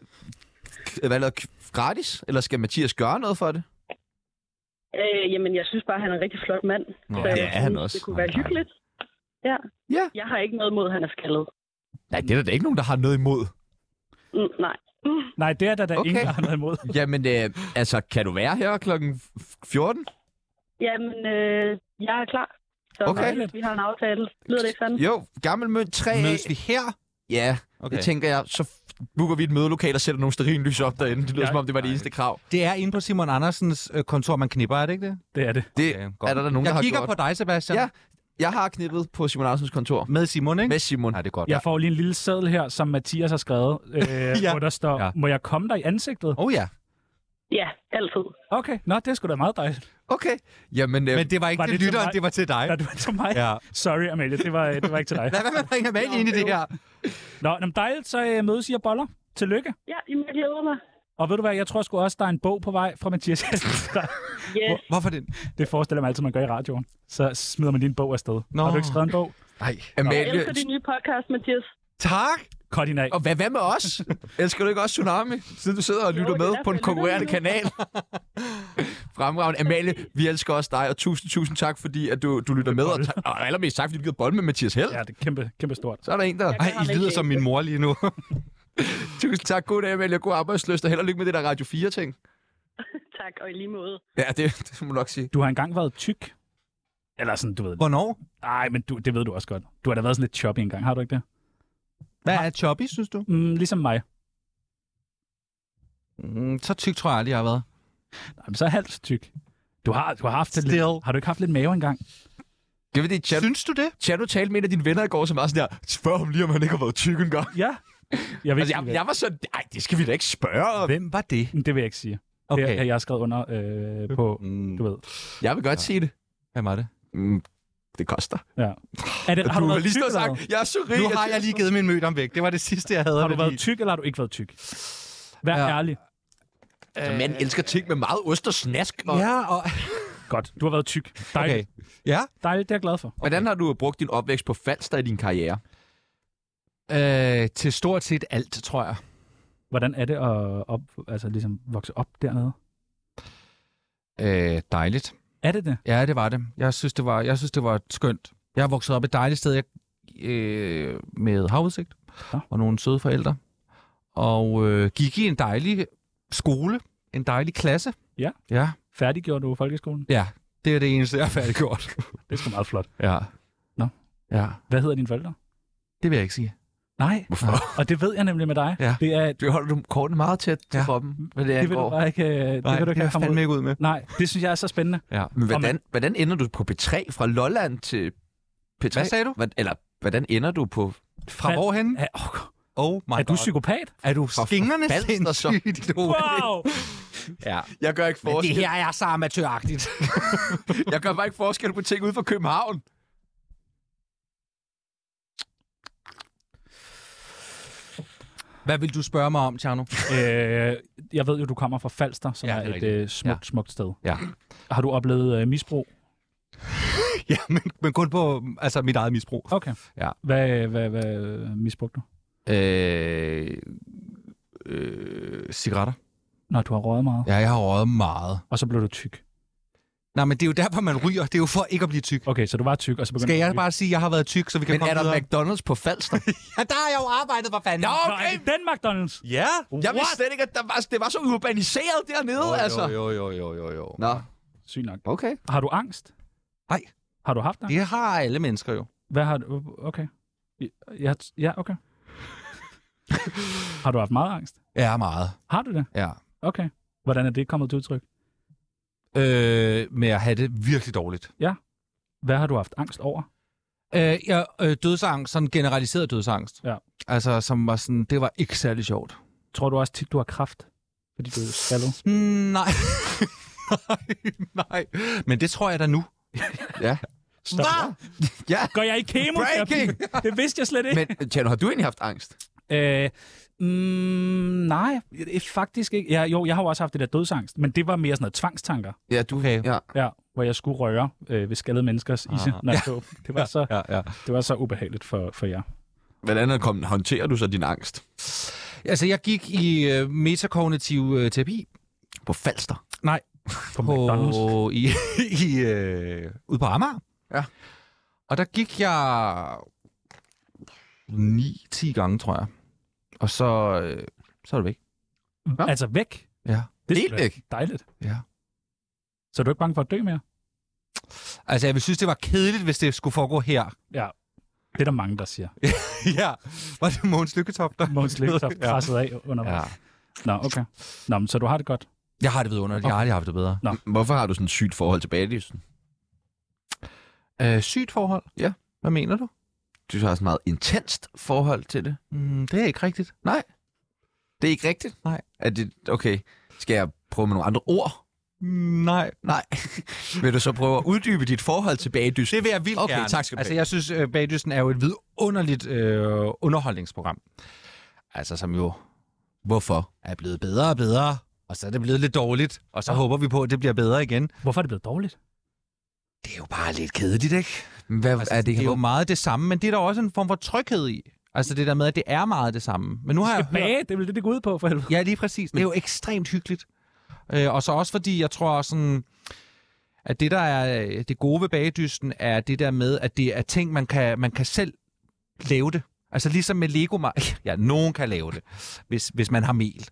A: k- hvad hedder, k- gratis? Eller skal Mathias gøre noget for det?
G: Øh, jamen, jeg synes bare, han er en rigtig flot mand. Nå,
A: det er han også.
G: Det kunne
A: Han
G: være
A: er dejlig.
G: hyggeligt. Ja.
A: Ja.
G: Jeg har ikke noget mod, at han er skaldet.
A: Nej, det er der da ikke nogen, der har noget imod.
G: Mm, nej.
D: Nej, det er der, der okay.
A: Okay.
D: ingen, der har noget imod.
A: Jamen, øh, altså, kan du være her klokken 14?
G: Jamen, øh, jeg er klar. Så
A: Okay.
G: vi har en aftale. Lyder det ikke sådan?
A: Jo, gammel mønt 3.
E: Mødes vi her?
A: Ja, okay.
E: Okay.
A: det tænker jeg. Så f- booker vi et mødelokal og sætter nogle sterinlys op derinde. Det lyder
D: Ja.
A: som om, det var det eneste krav.
E: Det er inde på Simon Andersens øh, kontor, man knipper, er det ikke det?
D: Det er det.
A: Det er der da nogen,
E: jeg
A: der har
E: kigger
A: gjort.
E: på dig, Sebastian.
A: Ja. Jeg har knippet på Mm. Simon Andersens kontor.
E: Med Simon, ikke?
A: Med Simon.
E: Nej, det er godt.
D: Jeg får lige en lille seddel her, som Mathias har skrevet, øh, ja.
E: Ja.
D: hvor der står, ja.
E: Ja.
D: må jeg komme dig i ansigtet?
E: Oh ja.
G: Ja, altid.
D: Okay, nå, det er sgu da meget dejligt,
A: Okay. Jamen, øh,
E: Men det var ikke
D: Var
E: var til
D: det til
E: lytteren,
D: mig?
E: det var til dig.
D: da du er til mig. Ja.
E: Ja.
D: Sorry, Amalie, det var, det var ikke til dig.
E: Lad være med at bringe Amalie ind i det her.
D: Nå, nå men dejligt, så øh, mødes I og boller. Tillykke.
G: Ja, jamen, jeg glæder mig.
D: Og ved du hvad, jeg tror sgu også, der er en bog på vej fra Mathias Hesselstad.
G: Yes.
E: Hvorfor den?
D: Det forestiller mig altid, man gør i radioen. Så smider man din bog afsted. Nå.
E: Nå.
D: Har du ikke skrevet en bog?
E: Nej.
G: Jeg
A: Amalie...
G: elsker din nye podcast, Mathias.
E: Tak.
D: Koordinat.
A: Og hvad, hvad med os? Elsker du ikke også Tsunami? Siden du sidder og
G: Jo,
A: lytter
G: det er
A: med
G: derfor,
A: på en
G: jeg lytter
A: konkurrerende
G: lige
A: kanal. Fremragende. Amalie, vi elsker også dig, og tusind, tusind tak, fordi at du, du lytter med. Og, ta- og allermest tak, fordi du gider bold med Mathias Held.
D: Ja, det er kæmpe, kæmpe stort.
A: Så er der en, der...
E: Ej,
G: Jeg har
E: I lyder
G: ikke-
E: som min mor lige nu.
A: Tusind tak. God dag, Amalie. og God arbejdsløst, og held og lykke med det der Radio 4-ting.
G: Tak, og i lige måde.
A: Ja, det, det må du nok sige.
D: Du har engang været tyk. Eller sådan, du ved.
E: Hvornår?
D: Nej, men du, det ved du også godt. Du har da været sådan lidt choppy engang, har du ikke det?
E: Hvad er choppy, synes du?
D: Mm, ligesom mig.
E: Mm, så tyk tror jeg aldrig, jeg har været.
D: Nej, men så er halvt tyk. Du har, du har haft det
E: Still.
D: lidt, har du ikke haft lidt mave engang?
A: Det var det, Chad,
E: Synes du det?
A: Chad, du talte med en af dine venner i går, som var sådan der, spørg ham lige, om han ikke har været tyk en gang.
D: Ja. Jeg vil ikke
A: Altså,
D: sige,
A: jeg,
D: hvad-
A: jeg var sådan, nej, det skal vi da ikke spørge.
E: Hvem var det?
D: Men Det vil jeg ikke sige. Okay. Det
E: Okay.
D: har jeg skrevet under øh, på,
E: Mm,
D: du ved.
A: Jeg vil godt sige det.
E: Hvem var det?
A: Mm, det koster.
D: Ja. Er det, har
A: du
D: du,
A: har
D: været
A: lige
D: tyk,
A: stået og
D: eller
A: sagt, jeg er så rig.
E: Nu
A: er
E: har jeg
A: tyk."
E: lige givet min mødom væk. Det var det sidste, jeg havde.
D: hvad? har du
E: fordi-
D: været tyk, eller har du ikke været tyk? Vær
E: Ja.
D: ærlig.
A: Øh... Man elsker ting med meget ost og snask. Og...
E: Ja, og...
D: Godt, du har været tyk. Dejligt.
E: Okay.
D: Okay.
E: Ja.
D: Dejligt, det er jeg glad for.
A: Hvordan har du brugt din opvækst på Falster i din karriere?
E: Øh, til stort set alt, tror jeg.
D: Hvordan er det at op, altså ligesom vokse op dernede?
E: Øh, dejligt.
D: Er det det?
E: Ja, det var det. Jeg synes, det var, jeg synes, det var skønt. Jeg er vokset op et dejligt sted jeg, øh, med havudsigt
D: Nå.
E: og nogle søde forældre. Og øh, gik i en dejlig skole, en dejlig klasse.
D: Ja.
E: Ja,
D: Færdiggjorde du folkeskolen?
E: ja. Det er det eneste, jeg har færdiggjort.
D: Det er sgu meget flot.
E: ja.
D: Nå.
E: Ja,
D: Hvad hedder dine forældre?
E: det vil jeg ikke sige.
D: Nej.
A: Hvorfor?
D: Og det ved jeg nemlig med dig.
E: Ja.
D: Det er,
A: Du holder du kortene meget tæt til
E: Ja.
A: kroppen, hvad det,
D: det vil du
A: angår.
D: bare ikke, øh, det
E: Nej,
D: vil du
E: det
D: ikke
E: er
D: have
E: jeg
D: komme
E: fandme
D: ud.
E: ikke ud med.
D: Nej, det synes jeg er så spændende.
E: Ja.
A: Men hvordan, hvordan ender du på P3 fra Lolland til P3?
E: Hvad sagde du?
A: Hvad, eller hvordan ender du på
E: Fra
D: Fal-
E: hvorhen?
D: Er, oh,
E: Oh my
D: er du
E: God.
D: psykopat?
E: er du
A: fra
E: skingrende
A: Falster, så?
E: sindssygt? du?
D: Wow!
E: Ja.
A: Jeg gør ikke
E: Men det her er så amatøragtigt.
A: Jeg gør bare ikke forskel på ting ude fra København.
E: Hvad vil du spørge mig om, Tjerno?
D: Øh, jeg ved jo, du kommer fra Falster, som
E: Ja,
D: ja,
E: det er
D: er et
E: rigtigt.
D: øh, smukt, ja.
E: Ja.
D: smukt sted.
E: Ja.
D: Har du oplevet øh, misbrug?
E: ja, men, men kun på altså, mit eget misbrug.
D: Okay.
E: Ja.
D: Hvad, hvad, hvad misbrugte du?
E: Øh, øh, cigaretter.
D: Når du har røget meget, ja.
E: Ja, jeg har røget meget.
D: og så blev du tyk.
E: Nej, men det er jo derfor, man ryger. Det er jo for ikke at blive tyk.
D: Okay, så du var tyk, og så begyndte
E: Skal
D: du at
E: jeg
D: ryge.
E: bare sige, at jeg har været tyk, så vi kan
A: Men
E: komme
A: er der
E: videre?
A: McDonald's på Falster?
E: Ja, der har jeg jo arbejdet, for fanden.
A: Nå!
D: Nå, er det den McDonald's?
E: Ja!
A: jeg vidste slet ikke, at der var, det var så urbaniseret dernede, oh, altså.
E: jo, jo, jo, jo, jo.
A: Nå,
D: Sygt nok.
A: okay.
D: Har du angst?
E: Nej.
D: Har du haft angst?
E: Det har alle mennesker jo.
D: Hvad har du? Okay. Ja, ja okay. har du haft meget angst?
E: Ja, meget.
D: Har du det?
E: Ja.
D: Okay. Hvordan er det kommet til udtryk?
E: Øh, med at have det virkelig dårligt.
D: Hvad har du haft angst over?
E: Øh, ja, øh, dødsangst, sådan generaliseret dødsangst.
D: Ja.
E: Altså, som var sådan, det var ikke særlig sjovt.
D: Tror du også tit, du har kraft? Fordi du er skaldet?
E: Mm, Nej. nej, nej. Men det tror jeg da nu.
A: Ja.
D: større.
A: Ja.
D: Går jeg i kemoterapi?
A: Breaking!
D: Det vidste jeg slet ikke.
A: Men Tjerno, har du egentlig haft angst?
D: Øh, mm, nej, eh, faktisk ikke. Ja, jo, jeg har jo også haft det der dødsangst, men det var mere sådan noget tvangstanker,
A: Ja, du...
E: Okay.
A: Ja.
D: ja, hvor jeg skulle røre øh, ved skaldede menneskers isse, når jeg så. Det var så,
E: Ja, ja.
D: det var så ubehageligt for, for jer.
A: Hvordan er kom, håndterer du så din angst?
E: Altså, jeg gik i øh, metakognitiv øh, terapi
A: På falster.
D: På McDonald's.
E: i, i, øh, ude på Amager.
A: Ja.
E: Og der gik jeg 9-10 gange, tror jeg. Og så, øh, så er det væk.
A: Nå.
D: Altså væk.
E: Ja.
D: Det er
A: Helt
D: sgu da
A: væk?
D: Dejligt.
E: Ja.
D: Så er du ikke bange for at dø mere?
E: Altså, jeg ville synes, det var kedeligt, hvis det skulle foregå her.
D: Det er der mange, der siger.
E: ja. Var det Måns Lykketoft, der?
D: Mogens Lægtoft
E: ja.
D: presset af undervejs.
E: ja.
D: Ja. Nå, okay. Nå, men så du har det godt.
E: Jeg har det vidunderligt. Jeg har aldrig haft det bedre.
A: Hvorfor har du sådan et sygt forhold til baglysen?
E: Øh, sygt forhold?
A: Ja.
E: Hvad mener du?
A: Du har sådan et meget intenst forhold til det.
E: Mm, det er ikke rigtigt.
A: Nej. Det er ikke rigtigt?
E: Nej.
A: Er det... Okay. Skal jeg prøve med nogle andre ord?
E: Mm, nej.
A: Nej. Vil du så prøve at uddybe dit forhold til bagdysten?
E: Det vil jeg vildt
A: Okay,
E: gerne.
A: tak skal du
E: Altså,
A: have.
E: jeg synes, øh, Bagdysten er jo et vidunderligt øh, underholdningsprogram. Altså, som jo
A: Hvorfor?
E: er blevet bedre og bedre, og så er det blevet lidt dårligt, og så ja. håber vi på, at det bliver bedre igen.
D: Hvorfor er det blevet dårligt?
E: Det er jo bare lidt kedeligt, ikke?
A: Hvad
E: Altså, er det, det er jo meget det samme, men det er der også en form for tryghed i. Altså, det der med, at det er meget det samme. Men nu har jeg hørt...
D: Bage, det er vel det, det går ud på for helvede.
E: Ja, lige præcis. Det er jo ekstremt hyggeligt. Øh, og så også fordi, jeg tror sådan, at det der er øh, det gode ved bagedysten, er det der med, at det er ting, man kan, man kan selv lave det. Altså ligesom med Lego... Ma- ja, nogen kan lave det, hvis, hvis man har mel.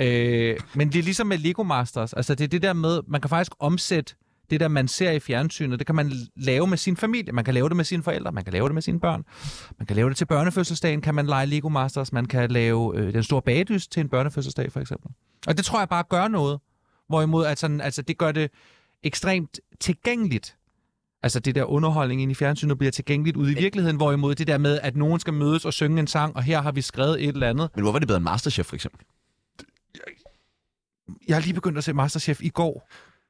E: Øh, men det er ligesom med Lego Masters. Altså det er det der med, man kan faktisk omsætte det der, man ser i fjernsynet, det kan man lave med sin familie. Man kan lave det med sine forældre, man kan lave det med sine børn. Man kan lave det til børnefødselsdagen, kan man lege Lego Masters, man kan lave øh, den store bagedyst til en børnefødselsdag, for eksempel. Og det tror jeg bare gør noget. Hvorimod, at sådan, altså, det gør det ekstremt tilgængeligt. Altså det der underholdning inde i fjernsynet bliver tilgængeligt ude i virkeligheden, hvorimod det der med, at nogen skal mødes og synge en sang, og her har vi skrevet et eller andet.
A: Men hvorfor er det bedre end Masterchef, for eksempel?
E: Jeg har lige begyndt at se Masterchef i går.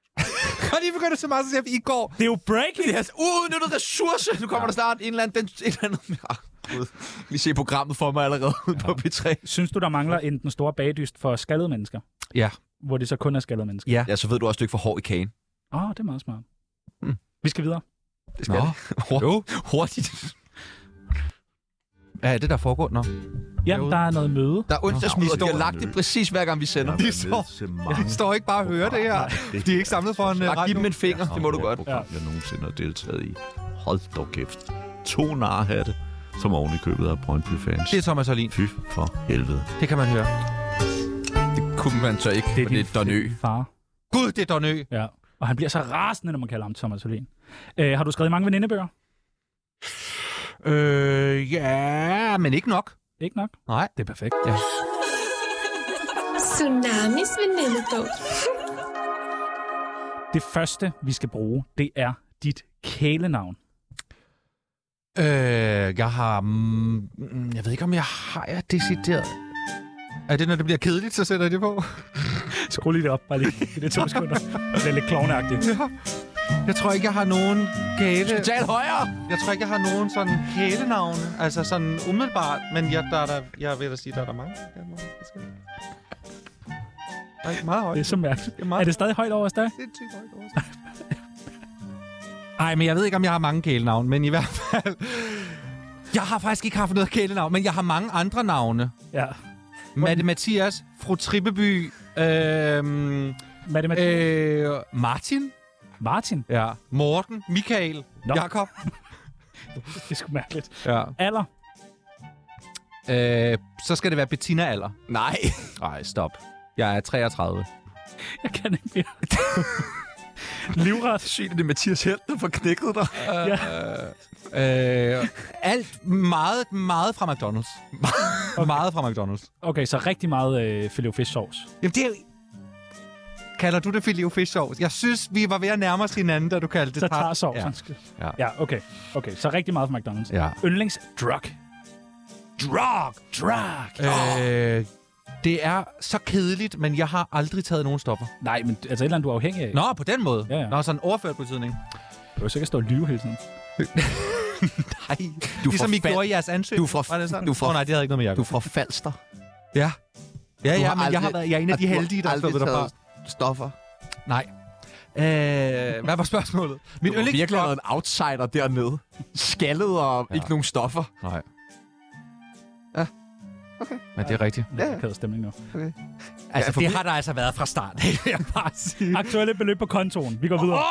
E: jeg har lige begyndt at se Masterchef i går.
D: Det er jo breaking!
A: Yes, altså uudnyttet ressource! Nu kommer ja. der snart en eller anden... Den, en eller anden Ah, Gud. Lige se programmet for mig allerede ja. på P3.
D: Synes du, der mangler en den store bagdyst for skaldede mennesker?
E: Ja.
D: Hvor det så kun er skaldede mennesker?
A: Ja, så ved du også, du ikke får hår i kagen.
D: Åh, oh, det er meget smart.
A: Mm.
D: Vi skal videre.
A: Det
E: Nå,
A: Hurtigt. Hurtigt.
E: hvad er det, der foregår? Nå.
D: Jamen, der er noget møde.
A: Der er onsdagsmiddag, og de
E: Nå,
A: har lagt det præcis hver gang, vi sender.
E: De står, de står ikke bare og hører det her. De er ikke samlet for en øh,
A: Bare giv
E: radio.
A: dem en finger, det må du godt.
H: program, jeg nogensinde har deltaget i. Hold dog kæft. To narhatte, som oven i købet af Brøndby-fans.
E: Det er Thomas Olin.
H: Fy for helvede.
E: Det kan man høre.
A: Det kunne man så ikke, for det er Don Ø.
D: far.
E: Gud, det er Donø.
D: Ja. Og han bliver så rasende, når man kalder ham Thomas Helene. Øh, har du skrevet mange venindebøger?
E: Øh, ja, men ikke nok.
D: Ikke nok?
E: Nej.
D: Det er perfekt.
I: Tsunamis venindebog.
D: Det første, vi skal bruge, det er dit kælenavn.
E: Øh, jeg har... Mm, jeg ved ikke, om jeg har jeg decideret... Er det, når det bliver kedeligt, så sætter jeg det på?
D: Skru lige det op, bare lige i det to sekunder. Det er lidt klovneagtigt.
E: Jeg tror ikke, jeg har nogen kæle...
A: Tal højere!
E: Jeg tror ikke, jeg har nogen sådan kælenavne. Altså sådan umiddelbart. Men jeg, der er der, jeg vil da sige, der er der mange. Der er mange forskellige. Der er ikke meget højt.
D: Det er så mærkeligt.
E: Det er meget
D: Er det stadig højt over os dig?
E: sindssygt højt over. Ej, men jeg ved ikke, om jeg har mange kælenavn, men i hvert fald... Jeg har faktisk ikke haft noget kælenavn, men jeg har mange andre navne.
D: Ja.
E: Matte Mathias, Fru Trippeby, øhm,
D: Matematik. Øh.
E: øh, Martin,
D: Martin.
E: ja. Morten, Michael,
D: Nå.
E: Nå. Jakob.
D: Det er sgu mærkeligt.
E: Ja.
D: Alder.
E: Øh, så skal det være Bettina Aller.
A: Nej.
E: Nej, stop. Jeg er 33.
D: Jeg kan ikke mere. Livret.
A: Sygt, at det er Mathias Helt, der får knækket dig.
E: Øh, alt meget, meget fra McDonald's. meget fra McDonald's.
D: Okay, så rigtig meget øh, filet fish sauce.
E: Jamen, det er jo... Kalder du det filet fish sauce? Jeg synes, vi var ved at nærme os hinanden, da du kaldte det
D: Så tager
E: tart-
D: sovsen. Ja.
E: Ja.
D: ja, okay. Okay, så rigtig meget fra McDonald's.
E: Ja.
D: Yndlingsdrug. Drug. Drug.
E: ja. Øh, det er så kedeligt, men jeg har aldrig taget nogen stoffer.
D: Nej, men altså et eller andet, du er afhængig af.
E: Nå, på den måde.
D: Ja, ja.
E: Nå, sådan overført betydning.
D: Du kan sikkert stå og lyve hele tiden.
E: Nej.
A: Du
E: Du
A: er
E: ligesom
A: fra
E: I
A: Fal-
E: gjorde i jeres ansøgning.
A: Du er fra-
E: Var det sådan?
A: du er fra-
E: Åh, nej, det havde ikke noget med
A: Du
E: Jacob.
A: er fra Falster.
E: Ja.
A: Du
E: Ja, ja,
A: har
E: men jeg, har
A: aldrig-
E: været, jeg er en af
A: og
E: de
A: du har
E: heldige, der har
A: aldrig
E: sluppet derfra.
A: taget Stoffer.
E: Nej. Øh, hvad var spørgsmålet? Mit
A: Du har virkelig
E: yndlingsjob.
A: været en outsider dernede. Skaldet og ja. ikke nogen stoffer.
E: Nej.
A: Ja.
E: Okay. Men det er rigtigt.
D: Ja, ja. Kæd stemning nu.
E: Altså,
A: for
E: ja, det
A: vi-
E: har der altså været fra start. Det vil jeg bare sige.
D: Aktuelle beløb på kontoen. Vi går videre.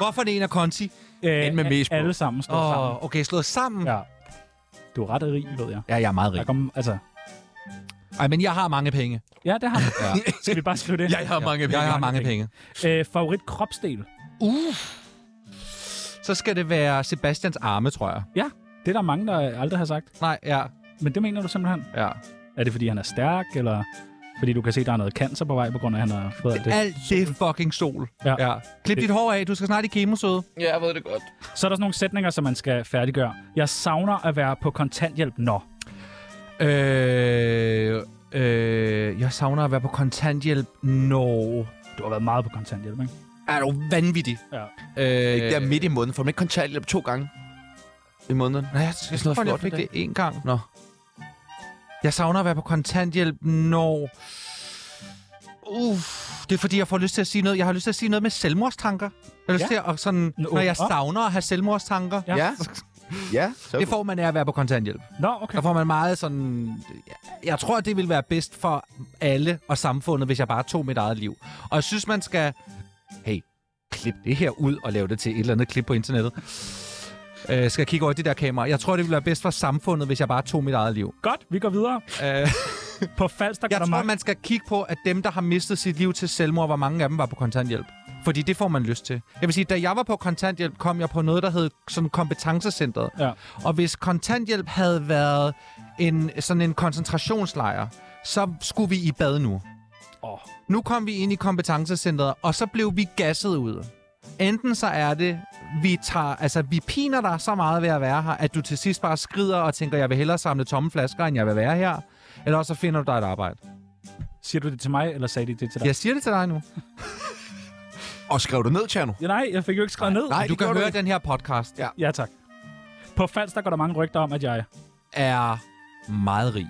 E: Hvorfor det en af Conti?
D: Øh,
A: den med
D: a-
A: mest på.
D: Alle sammen står sammen.
E: Åh, okay, slået sammen.
D: Ja. Du er ret rig, ved jeg.
E: Ja, jeg er meget
D: Der
E: rig.
D: kom, altså,
E: Ej, men jeg har mange penge.
D: ja, det har vi. Ja. Skal vi bare skrive det?
A: har mange
E: Jeg har mange penge.
D: Øh, favorit kropsdel.
E: Så skal det være Sebastians arme, tror jeg.
D: Ja, det er der mange, der aldrig har sagt.
E: Nej, ja.
D: Men det mener du simpelthen?
E: ja.
D: Er det, fordi han er stærk, eller fordi du kan se, der er noget cancer på vej, på grund af, at han har fået alt det?
E: Alt det fucking sol.
D: Ja.
E: ja. Klip dit hår af, du skal snart i kemosøde.
D: Så er der sådan nogle sætninger, som man skal færdiggøre. Jeg savner at være på kontanthjælp, når.
E: Øh, øh, jeg savner at være på kontanthjælp. Nå.
D: Du har været meget på kontanthjælp, ikke?
E: Er du vanvittig?
D: Ja.
E: Øh,
A: Ikke der midt i måneden. Får man ikke kontanthjælp to gange i måneden?
E: Nej, jeg,
A: sådan
E: jeg,
A: noget
E: jeg, jeg
A: flot
E: fik
A: en
E: det
A: dag.
E: én gang.
A: Nå.
E: Jeg savner at være på kontanthjælp, når... Uff, det er fordi, jeg får lyst til at sige noget. Jeg har lyst til at sige noget med selvmordstanker. Jeg har lyst
D: Ja.
E: til at, og sådan,
D: Nå,
E: når jeg
D: op.
E: savner at have selvmordstanker.
D: Ja.
A: Ja. Ja, så
E: Det får man af at være på kontanthjælp.
D: Nå, okay.
E: Der får man meget sådan... Jeg tror, det ville være bedst for alle og samfundet, hvis jeg bare tog mit eget liv. Og jeg synes, man skal... Hey, klip det her ud og lave det til et eller andet klip på internettet. Øh, skal jeg kigge over de der kameraer. Jeg tror, det ville være bedst for samfundet, hvis jeg bare tog mit eget liv.
D: Godt, vi går videre.
E: Øh,
D: På Falster går
E: jeg
D: der
E: tror,
D: mange...
E: man skal kigge på, at dem, der har mistet sit liv til selvmord, hvor mange af dem var på kontanthjælp. Fordi det får man lyst til. Jeg vil sige, da jeg var på kontanthjælp, kom jeg på noget, der hed sådan kompetencecentret.
D: Ja.
E: Og hvis kontanthjælp havde været en, sådan en koncentrationslejr, så skulle vi i bad nu.
D: Åh.
E: Nu kom vi ind i kompetencecentret, og så blev vi gasset ud. Enten så er det, vi, tager, altså, vi piner dig så meget ved at være her, at du til sidst bare skrider og tænker, jeg vil hellere samle tomme flasker, end jeg vil være her. Eller også så finder du dig et arbejde.
D: Siger du det til mig, eller sagde de det til dig?
E: Jeg siger det til dig nu.
A: Og skrev du ned, Tjerno?
D: Ja, nej, jeg fik jo ikke skrevet ned.
A: Nej,
E: Du
A: det
E: kan
A: gjorde
E: høre
A: ikke.
E: den her podcast ja.
D: Ja, tak. På Falster går der mange rygter om, at jeg...
E: er meget rig.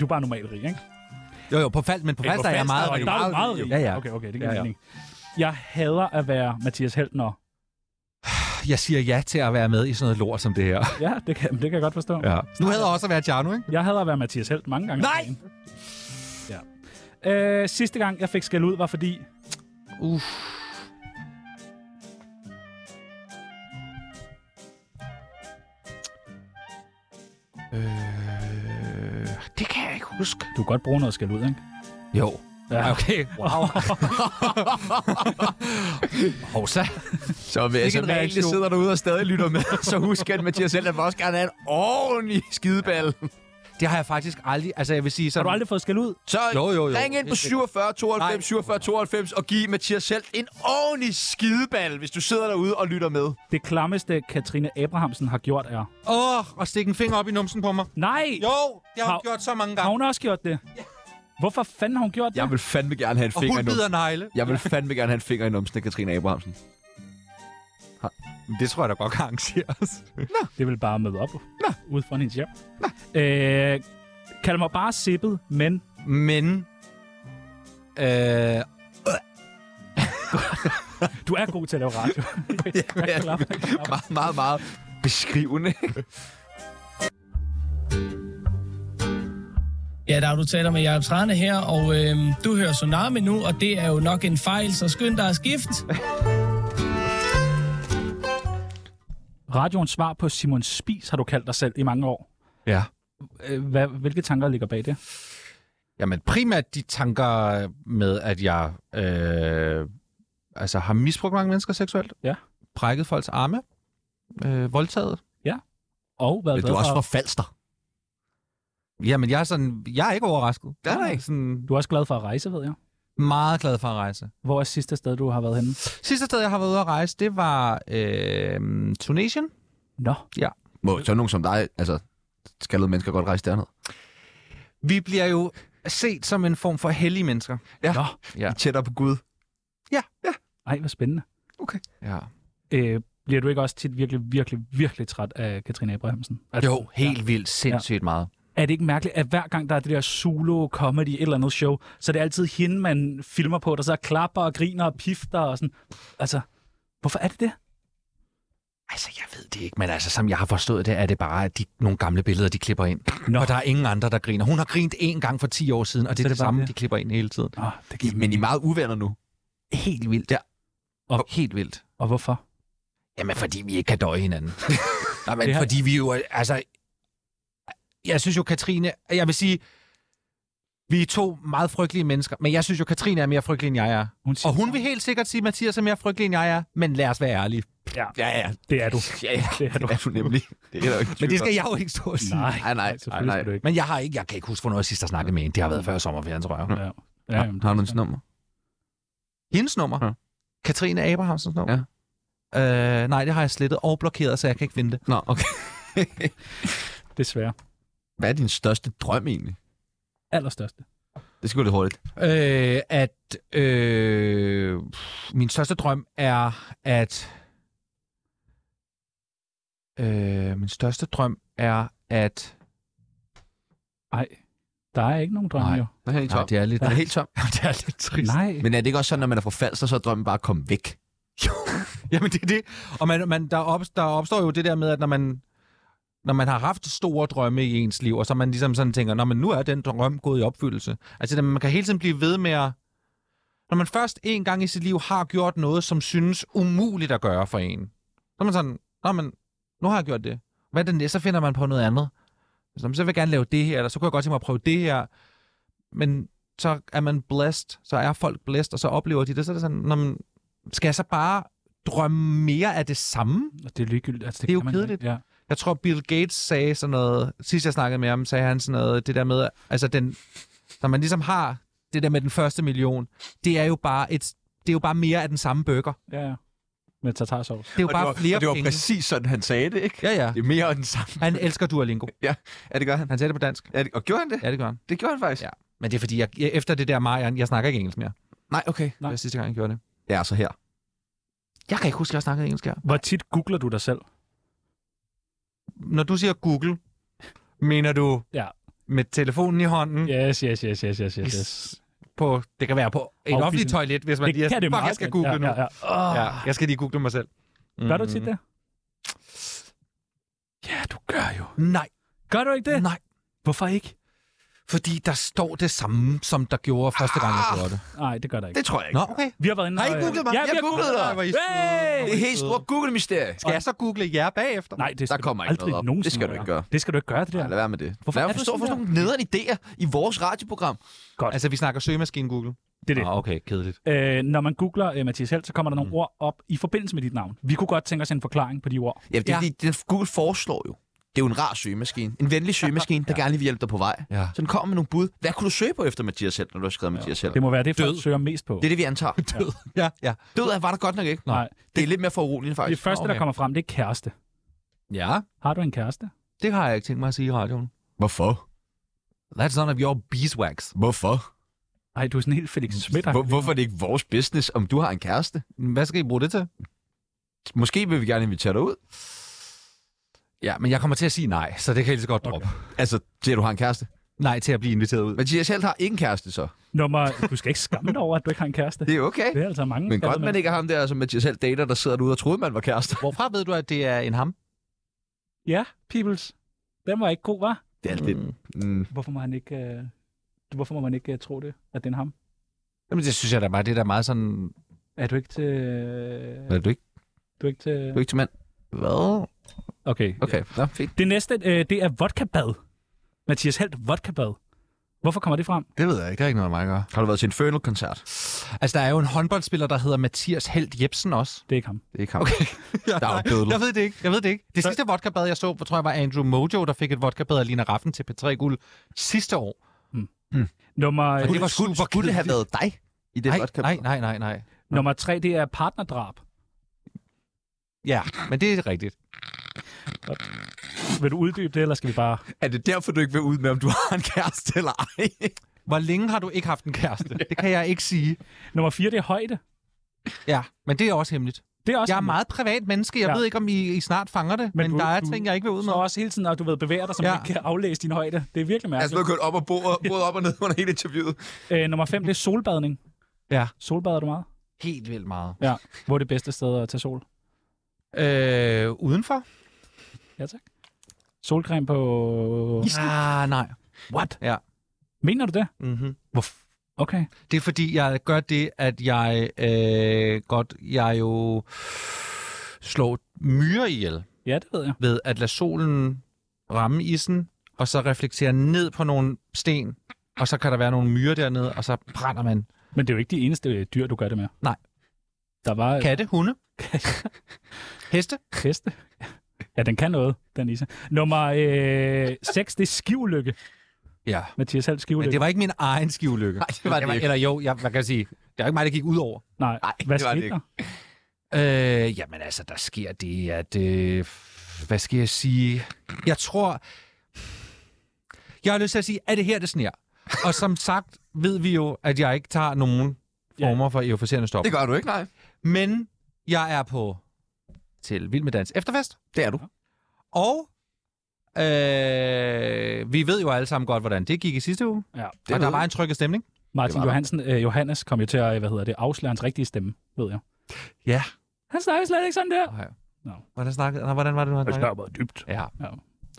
D: Du er bare normal rig, ikke?
E: Jo, jo, på fald, men på fald er jeg meget rig.
D: Der er du meget rig.
E: Ja, ja.
D: Okay, okay, det giver
E: Ja, ja.
D: mening. Jeg hader at være Mathias Held, når...
E: Jeg siger ja til at være med i sådan noget lort som det her.
D: Ja, det kan, det kan jeg godt forstå.
E: Ja. Du havde også at være Tjerno, ikke?
D: Jeg hader at være Mathias Helt mange gange. Nej! Ja. Øh, sidste gang, jeg fik skæld ud, var fordi...
E: Uff. Øh, det kan jeg ikke huske.
D: Du kan godt bruge noget skæld ud, ikke?
E: Jo.
D: Ja.
E: Ja. Okay. Wow. Hovsa.
A: Så hvis
E: Sikke en
A: Amalie
E: reaktion.
A: sidder derude og stadig lytter med, så husk, at Mathias selv vil også gerne have en ordentlig skideballe.
E: Det har jeg faktisk aldrig... Altså, jeg vil sige
D: Har
E: sådan...
D: du aldrig fået skæld ud?
A: Så
E: Jo, jo, jo.
A: ring ind på 47 92 47 92 og giv Mathias selv en ordentlig skideballe, hvis du sidder derude og lytter med.
D: Det klammeste, Katrine Abrahamsen har gjort, er...
E: Åh, oh, og stikke en finger op i numsen på mig.
D: Nej!
E: Jo, det har hun
D: Hav-
E: gjort så mange
D: Har
E: gange.
D: hun også gjort det? Hvorfor fanden har hun gjort det?
A: Jeg vil fandme gerne have en
E: Og
A: finger i
E: hun bider
A: numsen.
E: negle.
A: Jeg vil fandme gerne have en finger i numsen af Katrine Abrahamsen.
E: Det tror jeg da godt kan arrangeres.
D: Det vil bare møde op Nå. ude fra hendes hjem. Øh, kald mig bare sippet, men...
E: Men... Øh,
D: Du er god til at lave radio. Jeg klapper, jeg klapper.
A: Meget, meget, meget beskrivende.
J: Ja, der er du taler med Jacob Trane her, og øh, du hører Tsunami nu, og det er jo nok en fejl, så skynd dig at skifte.
D: Radioens svar på Simon Spis har du kaldt dig selv i mange år.
E: ja.
D: Øh, Hvad, hvilke tanker ligger bag det?
E: Jamen primært de tanker med, at jeg øh, altså har misbrugt mange mennesker seksuelt.
D: Ja.
E: Brækket folks arme. Øh, voldtaget.
D: Og hvad
A: falster.
E: Jamen jeg er, sådan, jeg er ikke overrasket.
A: Nej, nej.
E: Sådan,
D: Du er også glad for at rejse, ved jeg.
E: meget glad for at rejse.
D: Hvor er sidste sted, du har været henne?
E: Sidste sted, jeg har været ude at rejse, det var øh, Tunesien.
D: Nå,
A: Må sådan nogen som dig, altså skaldede mennesker godt rejse derned.
E: Vi bliver jo set som en form for hellige mennesker.
A: Ja.
D: Nå.
E: Ja.
A: Tættere på Gud.
D: ej, hvor spændende.
E: ja.
D: Øh, Bliver du ikke også tit virkelig, virkelig, virkelig træt af Katrine Abrahamsen?
E: Jo, helt vildt sindssygt meget.
D: Er det ikke mærkeligt, at hver gang der er det der solo comedy et eller andet show, så er det altid hende, man filmer på, der så klapper og griner og pifter og sådan. Altså, hvorfor er det det?
E: Altså, jeg ved det ikke, men altså, som jeg har forstået det, er det bare at de, nogle gamle billeder, de klipper ind.
D: Nå.
E: Og der er ingen andre, der griner. Hun har grint én gang for 10 år siden, og det er det,
D: Så det
E: det
D: er bare
E: samme,
D: det.
E: de klipper ind hele tiden.
D: Oh, det giver
A: Men I er meget uvenner nu.
E: Helt vildt. Ja. Og helt vildt.
D: Og hvorfor?
E: Jamen, fordi vi ikke kan døje hinanden. Nå, men
D: Det har-
E: fordi vi jo, er- altså... Jeg synes jo, Katrine... Jeg vil sige, vi er to meget frygtelige mennesker, men jeg synes jo, Katrine er mere frygtelig, end jeg er.
D: Hun
E: Og hun vil helt sikkert sige, at Mathias er mere frygtelig, end jeg er, men lad os være ærlige.
A: Ja, ja.
D: Det er du.
A: Ja, ja.
D: Det er du.
A: Det er du nemlig. Det er der jo ikke
E: Men det skal
A: jeg...
E: jeg jo ikke stå og sige.
D: Nej,
A: Nej, nej, nej,
D: selvfølgelig
A: nej.
D: skal du ikke.
E: Men jeg har ikke, jeg kan ikke huske, hvornår jeg sidst har snakket med hende. Det har været før sommerferien, tror jeg.
D: Ja. Ja, jamen, det
A: Har
D: er
A: du
D: fair.
A: hendes nummer?
E: Hendes nummer?
A: Ja.
E: Ja. Katrine Abrahamsens nummer? Ja. Øh, nej, det har jeg slettet og blokeret, så jeg kan ikke finde det.
A: Nå, okay.
D: Desværre.
A: Hvad er din største drøm egentlig?
D: Allerstørste.
A: Det skulle det hurtigt.
E: Øh, at øh, min største drøm er, at øh, min største drøm er, at
D: Nej, der er ikke nogen drømme,
E: Nej.
D: jo.
A: Den er helt
E: Nej,
A: tom.
E: det er lidt,
A: Den er helt tom.
E: det er lidt trist.
D: Nej.
A: Men er det ikke også sådan, når man er fra Falster, så er drømmen bare at komme væk?
E: Jamen det er det. Og man, man, der, op, der opstår jo det der med, at når man, når man har haft store drømme i ens liv, og så man ligesom sådan tænker, "Nå, men nu er den drøm gået i opfyldelse. Altså det- man kan hele tiden blive ved med at... Når man først en gang i sit liv har gjort noget, som synes umuligt at gøre for en, så er man sådan, Nå, men nu har jeg gjort det. Hvad er det næste? Så finder man på noget andet. Så, "Men så vil jeg gerne lave det her, eller så kunne jeg godt tænke mig at prøve det her. Men så er man blæst, så er folk blæst, og så oplever de det. Så er det sådan, Nå, men skal jeg så bare drømme mere af det samme?
D: Og det er ligegyldigt. Altså, det,
E: Det er jo
D: kan man
E: kedeligt.
D: ikke. Ja.
E: Jeg tror, Bill Gates sagde sådan noget, sidst jeg snakkede med ham, sagde han sådan noget, det der med, altså den, når man ligesom har det der med den første million, det er jo bare et, det er jo bare mere af den samme burger.
D: ja, ja. Med tartarsovs.
E: Det er jo bare flere
A: og det var
E: penge.
A: præcis sådan, han sagde det, ikke?
E: Ja, ja.
A: Det er mere af den samme.
E: Han elsker Duolingo.
A: Ja, det gør han.
E: Han sagde det på dansk.
A: Ja, det, og gjorde han det?
E: Ja, det gør han.
A: Det gjorde han faktisk.
E: Ja. Men det er fordi, jeg, jeg- efter det der Marian, jeg snakker ikke engelsk mere.
A: Nej, okay.
E: Det var sidste gang, jeg gjorde det.
A: Jeg er så her.
E: Jeg kan ikke huske, at jeg snakkede engelsk her.
D: Hvor tit googler du dig selv?
E: Når du siger Google, mener du
D: Ja.
E: med telefonen i hånden?
D: Yes, yes, yes, yes, yes, yes. yes.
E: På, det kan være på et
D: Afbilen.
E: offentligt toilet, hvis man lige er sådan, "Fuck, jeg skal
D: godt.
E: google
D: ja,
E: nu.
D: Ja, ja. Oh, ja.
E: jeg skal lige google mig selv.
D: Gør du tit det? Mm-hmm. Ja, du gør jo.
E: Nej,
D: Gør du ikke det?
E: nej.
D: Hvorfor ikke?
E: Fordi der står det samme, som der gjorde første gang, jeg gjorde det.
D: Nej, det gør der ikke.
A: Det tror jeg ikke.
E: Nå, okay.
D: Vi har været inde
E: Har I
D: og-
E: googlet mig?
D: Ja,
E: Jeg
D: vi har
E: googlede
D: googlet dig.
E: dig, hvor I
D: Hey!
A: Det er helt stort Google-mysterie.
E: Skal jeg så google jer bagefter?
D: Nej, det
A: Der
D: skal
A: kommer ikke
D: du aldrig
A: noget op.
D: nogensinde
A: Det skal du ikke gøre.
D: Det skal du ikke gøre, det der.
A: Nej, lad være med det. Hvorfor
D: Hvorfor
A: lad
D: er
A: være
D: du
A: forstå,
D: sådan
A: for sådan nogle
D: der?
A: nederen idéer i vores radioprogram.
E: Altså, vi snakker søgemaskine Google.
D: Det er det.
E: Ah, okay, kedeligt.
D: Øh, når man googler øh, Mathias Helt, så kommer der nogle
A: Mm.
D: ord op i forbindelse med dit navn. Vi kunne godt tænke os en forklaring på de ord.
A: Ja, det,
E: Ja.
A: ja. Det, det, Google foreslår jo. Det er jo en rar søgemaskine. En venlig søgemaskine, der gerne lige vil hjælpe dig på vej.
E: Ja.
A: Så den kommer med nogle bud. Hvad kunne du søge på efter Mathias Helt, når du har skrevet Mathias Helt?
D: Det må være det, folk
E: Død.
D: søger mest på.
A: Det er det, vi antager.
E: Død. Ja, ja.
A: Død er- var der godt nok ikke.
D: Nej.
A: Det er lidt mere foruroligende,
D: Det
A: faktisk.
D: første, der
E: okay.
D: kommer frem, det er kæreste.
E: Ja,
D: Har du en kæreste?
E: det har jeg ikke tænkt mig at sige i radioen.
A: Hvorfor?
E: That's none of your beeswax.
A: Hvorfor?
D: Nej, du er sådan helt Felix Schmidt.
A: Hvor, hvorfor er det ikke vores business, om du har en kæreste?
E: Hvad skal I bruge det til?
A: Måske vil vi gerne invitere dig ud.
E: Ja, men jeg kommer til at sige nej, så det kan jeg lige så godt droppe. Okay.
A: Altså, til at du har en kæreste.
E: Nej til at blive inviteret ud.
A: Mathias Helt har ikke en kæreste, så.
D: Nummer, du skal ikke skamme dig over, at du ikke har en kæreste.
A: Det er okay.
D: Det er altså mange.
A: Men
D: skatter,
A: godt, man ikke er ham der, som Mathias Helt dater, der sidder derude og troede, man var kæreste.
E: Hvorfra ved du, at det er en ham?
D: Ja, Peoples. Den var ikke god, var.
A: Det er lidt... Mm.
D: Hvorfor må han ikke... Øh... Hvorfor må man ikke øh, tro det, at det er ham?
E: Jamen, det synes jeg da bare, det er da meget sådan...
D: Er du ikke til... øh,
A: Er du ikke,
D: Du er ikke
A: du er
D: til...
A: ikke til mand? Hvad?
D: Okay.
A: Okay, ja. nå, fint.
D: Det næste, øh, det er vodkabad. Mathias Helt, vodkabad. Hvorfor kommer det frem?
E: Det ved jeg ikke, der er ikke noget, mig gør.
A: Har du været til en Fernal-koncert?
E: Altså, der er jo en håndboldspiller, der hedder Mathias Helt Jebsen også.
D: Det er ikke ham.
A: Det er ikke ham. Okay. Der er jo dødel.
E: Jeg ved det ikke. Jeg ved det ikke. Det sidste vodkabad, jeg så, tror jeg var Andrew Mojo, der fik et vodkabad af Lina Raffen til P3 Guld sidste år.
D: Nummer,
E: det var
A: skulle,
E: super
A: skulle det have været dig i det
E: nej,
A: vodka?
E: nej, nej, nej, nej.
D: nummer tre, det er partnerdrab.
E: Ja, men det er rigtigt.
D: Vil du uddybe det, eller skal vi bare...
A: Er det derfor, du ikke vil ud med, om du har en kæreste eller ej?
E: Hvor længe har du ikke haft en kæreste? Det kan jeg ikke sige.
D: Nummer fire, det er højde.
E: Ja, men det er også hemmeligt.
D: Det er også
E: Jeg er
D: en-
E: meget privat menneske. Jeg
D: Ja.
E: ved ikke, om I, I snart fanger det, men,
D: du-
E: men der er
D: du-
E: ting, jeg ikke vil ud
D: Så
E: med.
D: også hele tiden, når du ved, bevæger dig, så man
E: Ja.
D: ikke kan aflæse din højde. Det er virkelig
A: Altså, nu
D: mærkeligt.
A: er gået op og bordet, både op og ned under hele interviewet.
D: Øh, nummer fem, det er solbadning.
E: Ja.
D: Solbader du meget?
E: Helt vildt meget.
D: Ja. Hvor er det bedste sted at tage sol?
E: Øh, udenfor?
D: Ja, tak. Solcreme på...
E: Ah, nej.
D: What?
E: Ja.
D: Mener du det?
E: Mm-hmm.
D: Hvorfor? Okay.
E: Det er fordi, jeg gør det, at jeg øh, godt, jeg jo slår myrer ihjel
D: Ja, det ved jeg.
E: ved at lade solen ramme isen, og så reflektere ned på nogle sten, og så kan der være nogle myrer dernede, og så brænder man
D: Men det er jo ikke de eneste øh, dyr, du gør det med.
E: Nej.
D: Der var øh,
E: katte, hunde, heste.
D: heste. Ja, den kan noget, den isse. Nummer 6, det er skivlykke.
E: Ja.
D: Mathias Hald,
E: Men
D: skivlykke.
E: det var ikke min egen skivulykke.
A: Nej, det var det ikke.
E: Eller jo, jeg, hvad kan jeg sige? Det er ikke mig, der gik ud over.
D: Nej,
A: Nej,
D: hvad
A: det var det
D: skete der?
E: Øh, jamen altså, der sker det, at... Øh, hvad skal jeg sige? Jeg tror... Jeg har lyst til at sige, er det her, det sneer? Og som sagt ved vi jo, at jeg ikke tager nogen
D: Ja.
E: former for euforiserende stof.
A: Det gør du ikke, nej.
E: Men jeg er på til Vild med Dans efterfest.
A: Det er du.
E: Og øh, vi ved jo alle sammen godt, hvordan det gik i sidste uge.
D: Ja.
E: Det og
A: ved
E: der var
A: vi.
E: en trykket stemning.
D: Martin
A: var der.
D: Johansen, øh, Johannes kom jo til at, hvad hedder det, afsløre hans rigtige stemme, ved jeg.
E: Ja.
D: Han snakker slet ikke sådan der.
E: Hvordan, snakkede, nej, hvordan var det, du
D: Han
E: havde
D: snakker bare dybt.
E: Ja.
D: Ja.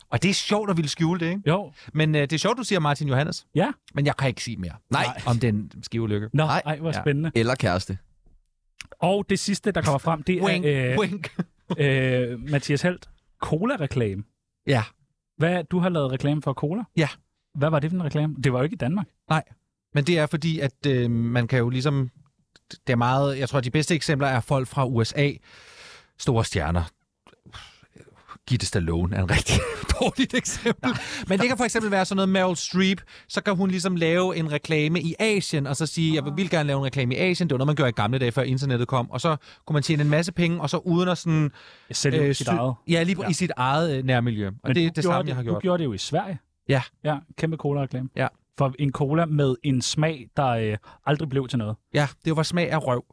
E: Og det er sjovt at ville skjule det, ikke?
D: Jo.
E: Men øh, det er sjovt, du siger Martin Johannes.
D: Ja.
E: Men jeg kan ikke sige mere
A: Nej.
E: om den skivelykke.
D: Nå,
A: Nej.
D: ej, hvor
E: Ja.
D: spændende.
A: Eller kæreste.
D: Og det sidste, der kommer frem, det
E: Wink,
D: er
E: wink.
D: øh, øh, Mathias Helt. Cola-reklame.
E: Ja.
D: Hvad, du har lavet reklame for cola?
E: Ja.
D: Hvad var det for en reklame? Det var jo ikke i Danmark.
E: Men det er fordi, at øh, man kan jo ligesom... Det er meget... Jeg tror, de bedste eksempler er folk fra USA. Store stjerner. Gitte Stallone er en rigtig dårligt eksempel. Men det kan for eksempel være sådan noget Meryl Streep. Så kan hun ligesom lave en reklame i Asien, og så sige, jeg vil gerne lave en reklame i Asien. Det var noget, man gjorde i gamle dage, før internettet kom. Og så kunne man tjene en masse penge, og så uden at sådan...
D: Jeg sælger øh, sit
E: sy-
D: eget.
E: Ja, lige ja. i sit eget øh, nærmiljø. Og Men det er
D: du
E: det
D: gjorde
E: samme, jeg har gjort.
D: Du gjorde det jo i Sverige.
E: Ja.
D: Ja, kæmpe cola-reklame.
E: Ja.
D: For en cola med en smag, der øh, aldrig blev til noget.
E: Ja, det var smag af røv.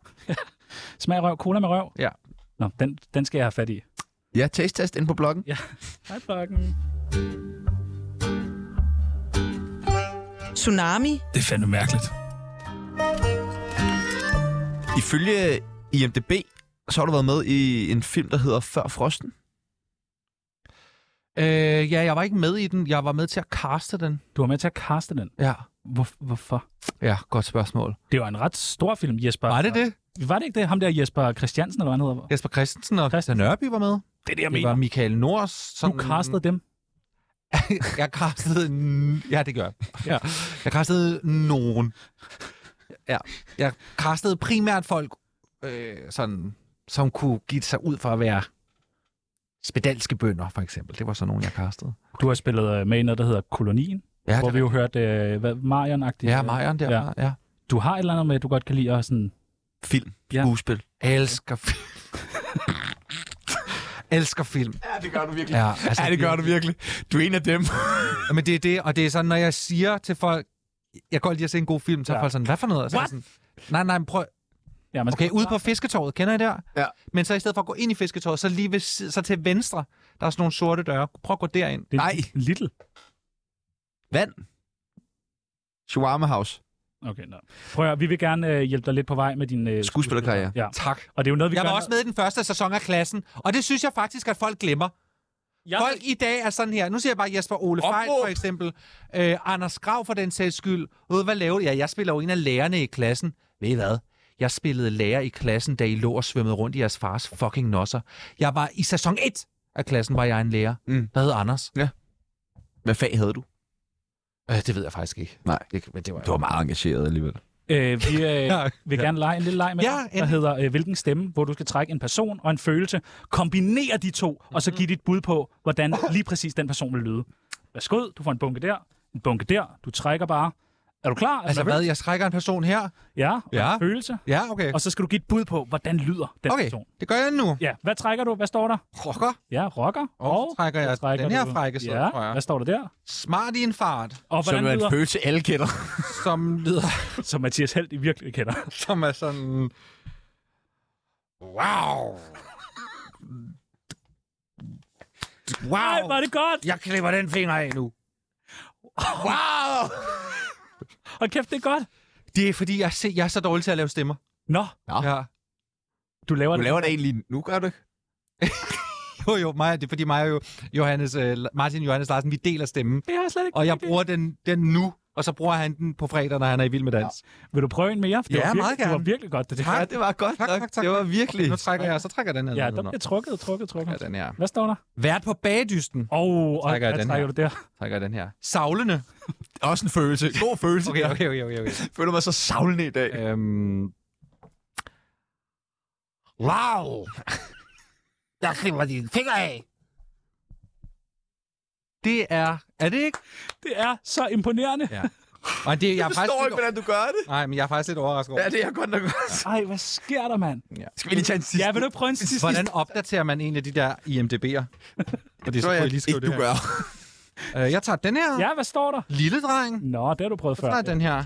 D: Smag af røv, cola med røv.
E: Ja.
D: Nå, den, den skal jeg have fat i.
A: Ja, taste test ind på bloggen.
D: Hej, Blokken.
F: Tsunami.
J: Det er fandme mærkeligt.
A: Ifølge IMDB, så har du været med i en film, der hedder Før Frosten.
E: Øh, ja, jeg var ikke med i den. Jeg var med til at kaste den.
D: Du var med til at kaste den.
E: Ja.
D: Hvor, hvorfor?
E: Ja, godt spørgsmål.
D: Det var en ret stor film, Jesper.
E: Var det det?
D: Var det ikke det? Ham der Jesper Christiansen, eller hvad han hedder?
E: Jesper Christensen og Christian
D: Christensen.
E: Nørby var med.
D: Det er det, jeg
E: Det var Michael Nors. Sådan...
D: Du castede dem.
E: jeg castede... n- Ja, det gør jeg. Ja. Jeg castede nogen. Ja. Jeg castede primært folk, øh, sådan, som kunne give sig ud for at være spedalske bønder, for eksempel. Det var sådan nogen, jeg castede.
D: Du har spillet øh, med i noget, der hedder Kolonien,
E: Ja,
D: hvor vi jo hørte øh, hvad, Marion-agtigt.
E: ja Marion der. Ja. ja.
D: Du har et eller andet med, du godt kan lide at sådan...
A: Film.
D: Ja.
A: Ja. Skuespil.
E: Elsker film. Elsker film.
A: Ja, det gør du virkelig.
E: Ja,
A: Altså, ja, det gør du virkelig. Du er en af dem.
E: Ja, men det er det, og det er sådan, når jeg siger til folk, jeg går lige at se en god film, så er
D: Ja.
E: folk sådan, hvad for noget? Og Så er jeg sådan, nej, nej, men prøv.
D: Ja, man skal-
E: Okay, ude på fisketorvet, kender I der?
A: Ja.
E: Men så i stedet for at gå ind i fisketorvet, så lige ved, si- så til venstre, der er sådan nogle sorte døre. Prøv at gå derind.
D: Det er
A: Nej.
D: Little.
A: Vand. Shawarma House.
D: Okay, nå. Prøv at, høre, vi vil gerne øh, hjælpe dig lidt på vej med din... Øh,
A: Skuespillerkarriere.
D: Ja.
E: Tak.
D: Og det er jo noget, vi
E: Jeg
D: gør...
E: var også med i den første sæson af klassen, og det synes jeg faktisk, at folk glemmer.
D: Jeg,
E: Folk i dag er sådan her. Nu siger jeg bare Jesper Ole
A: Opråb!
E: Fejl, for eksempel. Øh, Anders Grav for den sags skyld. Ved, hvad laver du? Ja, jeg spiller jo en af lærerne i klassen. Ved I hvad? Jeg spillede lærer i klassen, da I lå og svømmede rundt i jeres fars fucking nosser. Jeg var i sæson 1 af klassen, var jeg en lærer.
A: Mm.
E: Der hed Anders.
A: Hvad fag havde du?
E: Øh, det ved jeg faktisk ikke.
A: Nej.
E: Det, men det var,
A: Du var meget engageret alligevel.
D: øh, vi øh,
E: Ja.
D: vil gerne lege en lille leg med
E: Ja,
D: dig, der
E: endelig.
D: hedder øh, Hvilken stemme, hvor du skal trække en person og en følelse, kombinere de to, og
E: Mhm.
D: så give dit bud på, hvordan lige præcis den person vil lyde. Værsgo, du får en bunke der, en bunke der, du trækker bare. Er du klar? Er du
E: Altså
D: nervøs?
E: hvad? Jeg strækker en person her.
D: Ja, og
E: Ja.
D: en følelse.
E: Ja, okay.
D: Og så skal du give et bud på, hvordan lyder den
E: Okay,
D: person.
E: det gør jeg nu.
D: Ja, hvad trækker du? Hvad står der?
E: Rocker.
D: Ja, rocker.
E: Og så trækker
D: hvad
E: jeg den her
D: du?
E: frække side,
D: ja,
E: tror jeg.
D: hvad står der der?
E: Smart i en fart,
D: Og
A: Som
D: hvordan
A: er en
D: lyder,
A: følelse, alle kender.
E: som lyder,
D: som Mathias Helt i virkelig kender.
E: som er sådan...
D: Nej, var det godt!
E: Jeg klipper den finger af nu.
D: Og kæft, det er godt!
E: Det er fordi, jeg, se, jeg er så dårlig til at lave stemmer.
D: Nå,
A: Nå.
E: Ja.
D: du laver
A: Du
D: det.
A: laver det egentlig nu, gør du ikke?
E: Jo, jo, Maja, det er fordi mig og jo, Johannes, øh, Martin Johannes Larsen, vi deler stemmen.
D: Det har jeg slet ikke.
E: Og jeg
D: det-
E: bruger den, den nu, og så bruger han den på fredag, når han er i Vild Med Dans.
D: Vil du prøve en mere? Det
E: Ja,
D: var virkelig,
E: meget
D: Det var
E: gerne.
D: virkelig godt, det der.
A: Ja, det var godt tak, nok. Tak, tak, det var virkelig...
E: Nu trækker jeg, så trækker jeg den her.
D: Ja,
E: nu,
D: der
E: nu.
D: bliver trukket, trukket, trukket.
E: Ja, den her.
D: Hvad står der?
E: Vært på bagdysten.
D: Åh, oh, og
E: trækker jeg
D: hvad
E: den
D: trækker
E: her.
D: du der?
E: Trækker jeg den her. Savlende.
A: Også en følelse. God følelse.
E: Okay, okay, okay. okay, okay.
A: Jeg føler mig så savlende i dag.
E: øhm... Wow!
B: Jeg klipper dine fingre af.
E: Det er... Er det ikke?
D: Det er så imponerende.
E: Ja. Og det, jeg, er faktisk lidt,
A: hvordan du gør det.
E: nej, men jeg er faktisk lidt overrasket over,
A: det er jeg godt nok også.
D: Ej, hvad sker der, mand?
A: Skal vi lige tage en sidste?
D: Ja, vil du prøve en sidste?
E: hvordan opdaterer man en af de der IMDB'er? Og det
A: tror jeg ikke, du gør.
E: her. Øh, jeg tager den her.
D: Ja, hvad står der?
E: Lille dreng.
D: Nå, det har du prøvet
E: Så
D: før.
E: tager jeg den her.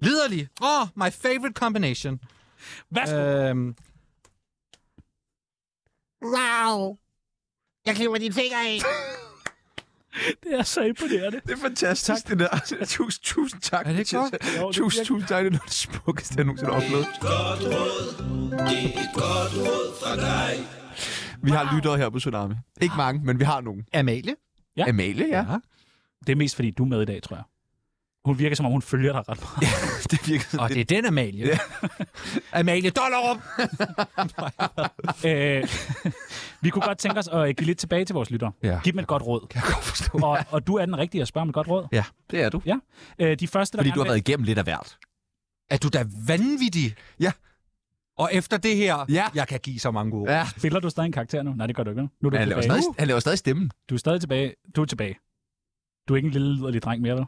E: Liderlig. Oh, my favorite combination.
D: Værsgo.
E: Øhm,
D: Det er så imponerende.
A: Det er fantastisk, tak. det der. Tusind, tusind tak.
E: Er det ikke godt?
A: Mathias.
D: Jo, det er
A: Tusind,
D: virkelig-
A: tusind tak. Det er noget af det smukkeste, jeg nogensinde har oplevet. Godt råd. Det er et godt råd fra dig. Vi har lyttere her på Tsunami. Ikke mange, men vi har nogen.
E: Amalie.
D: Ja.
A: Amalie, ja. ja.
D: Det er mest, fordi du er med i dag, tror jeg. Hun virker, som om hun følger dig ret meget.
A: Det virker sådan
E: Og det er den Amalie. Amalie Dollerup.
D: Øh, vi kunne godt tænke os at øh, give lidt tilbage til vores lytter.
E: Ja.
D: Giv dem et godt råd. Kan jeg godt forstå. Og, og du er den rigtige at spørge om et godt råd.
E: Ja,
A: det er du.
D: Ja. Øh, de første, der
A: Fordi
D: gerne
A: du har
D: vil-
A: været igennem lidt af hvert.
E: Er du da vanvittig?
A: Ja.
E: Og efter det her,
A: Ja.
E: jeg kan give så mange gode.
A: Ja. Uh.
D: Spiller du stadig en karakter nu? Nej, det gør du ikke. vel? Nu er du,
A: Men han laver,
D: tilbage.
A: stadig, han laver stadig stemmen.
D: du er stadig tilbage. Du er tilbage. Du er ikke en lille liderlig dreng mere, vel?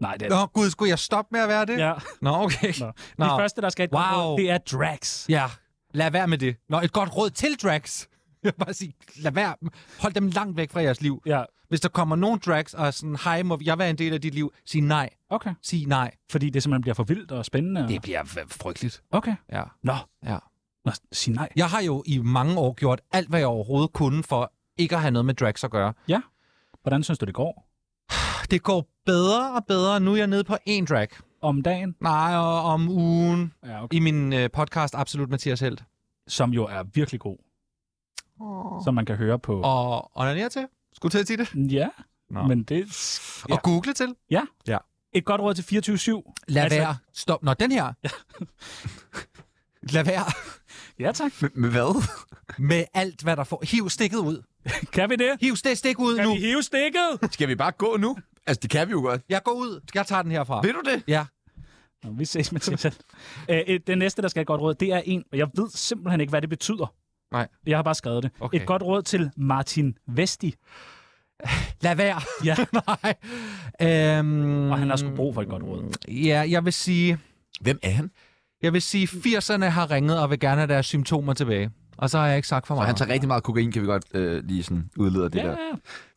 D: Nej, det er
E: Nå, gud, skulle jeg stoppe med at være det?
D: Ja.
E: Nå, okay.
D: Nå.
E: Nå.
D: De første, der skal have et godt
E: Wow.
D: råd, det er Drax.
E: Ja, lad være med det. Nå, et godt råd til drags. Jeg vil bare sige, lad være. Hold dem langt væk fra jeres liv.
D: Ja,
E: Hvis der kommer nogen drags og er sådan, hej, må jeg være en del af dit liv? Sig nej.
D: okay.
E: Sig nej.
D: Fordi det simpelthen bliver for vildt og spændende. Og...
E: Det bliver f- frygteligt.
D: Okay.
E: Ja.
D: Nå.
E: Ja.
D: Nå, sig nej.
E: Jeg har jo i mange år gjort alt, hvad jeg overhovedet kunne for ikke at have noget med drags at gøre.
D: Hvordan synes du, det går
E: Det går bedre og bedre. Nu er jeg nede på én drag.
D: om dagen?
E: Nej, og om ugen.
D: Ja, okay.
E: I min øh, podcast Absolut Mathias Helt.
D: Som jo er virkelig god. Oh. Som man kan høre på.
E: Og onanere til. Skulle til at sige det.
D: Ja,
E: Nå.
D: men det...
E: Ja. Og google til.
D: Et godt råd til 24-7.
E: Lad
D: Altså-
E: altså... være. Stop. Nå, den her. Lad være
D: Ja, tak.
A: Med, med hvad?
E: med alt, hvad der får. Hiv stikket ud.
D: Kan vi det?
E: Hiv st- stik ud
D: Kan
E: nu.
D: vi hive stikket?
A: Skal vi bare gå nu? Altså, det kan vi jo godt.
E: Jeg går ud. Jeg tager den herfra.
A: Vil du det?
E: Ja.
D: Nå, vi ses med sig selv. Øh, et- det næste, der skal have et godt råd, det er en, og jeg ved simpelthen ikke, hvad det betyder.
E: Nej.
D: Jeg har bare skrevet det.
E: Okay.
D: Et godt råd til Martin Vesti.
E: Lad være.
D: Ja.
E: Nej. Øhm,
D: Og han har sgu brug for et godt
E: Mm,
D: råd.
E: Ja, jeg vil sige...
A: Hvem er han?
E: Jeg vil sige, 80'erne har ringet og vil gerne have deres symptomer tilbage. Og så har jeg ikke sagt for
A: Og
E: meget.
A: han tager rigtig meget kokain, kan vi godt øh, lige sådan udlede det
D: Ja,
A: der.
D: ja.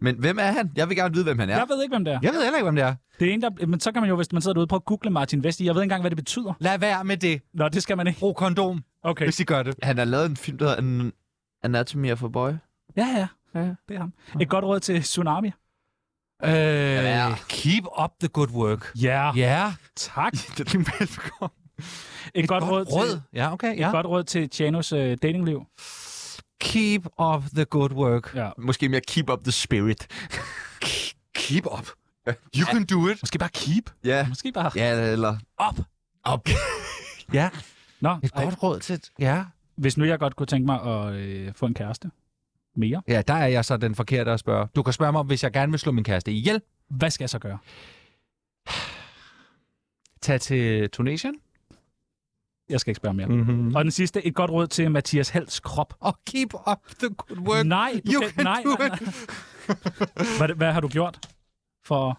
A: Men hvem er han? Jeg vil gerne vide, hvem han er.
D: Jeg ved ikke, hvem det er.
E: Jeg ved heller ikke, hvem det er.
D: Det er en, der, men så kan man jo, hvis man sidder derude, prøve at google Martin Vesti. Jeg ved ikke engang, hvad det betyder.
E: Lad være med det.
D: Nå, det skal man ikke.
E: Brug kondom,
D: Okay.
E: hvis I gør det.
A: Han har lavet en film, der hedder An- Anatomy of a Boy.
D: Ja, ja. ja. Det er ham. Et godt råd til Tsunami.
E: Øh, keep up the good work.
D: Ja,
E: Ja,
D: tak.
A: det er velbekomme.
D: Et, godt, råd,
E: rød.
D: til,
E: Ja, okay, ja.
D: et godt råd til Tjanos øh, datingliv.
E: Keep up the good work.
D: Ja.
A: Måske mere keep up the spirit.
E: Keep up. You can do it.
D: Måske bare keep.
A: Ja.
D: Måske bare
A: Ja, eller...
D: op.
A: Op.
E: Ja,
D: Nå,
E: et godt råd til... Ja.
D: hvis nu jeg godt kunne tænke mig at øh, få en kæreste mere,
E: ja, der er jeg så den forkerte at spørge. Du kan spørge mig, om, hvis jeg gerne vil slå min kæreste ihjel.
D: hvad skal jeg så gøre?
E: Tag til Tunesien.
D: Jeg skal ikke spørge mere. Mm.
E: Mm-hmm.
D: Og den sidste, et godt råd til Mathias Hals krop.
E: Og keep up the good work.
D: Nej, du
E: You
D: kan,
E: can
D: nej,
E: do
D: nej,
E: it.
D: nej. Hvad, hvad har du gjort for, at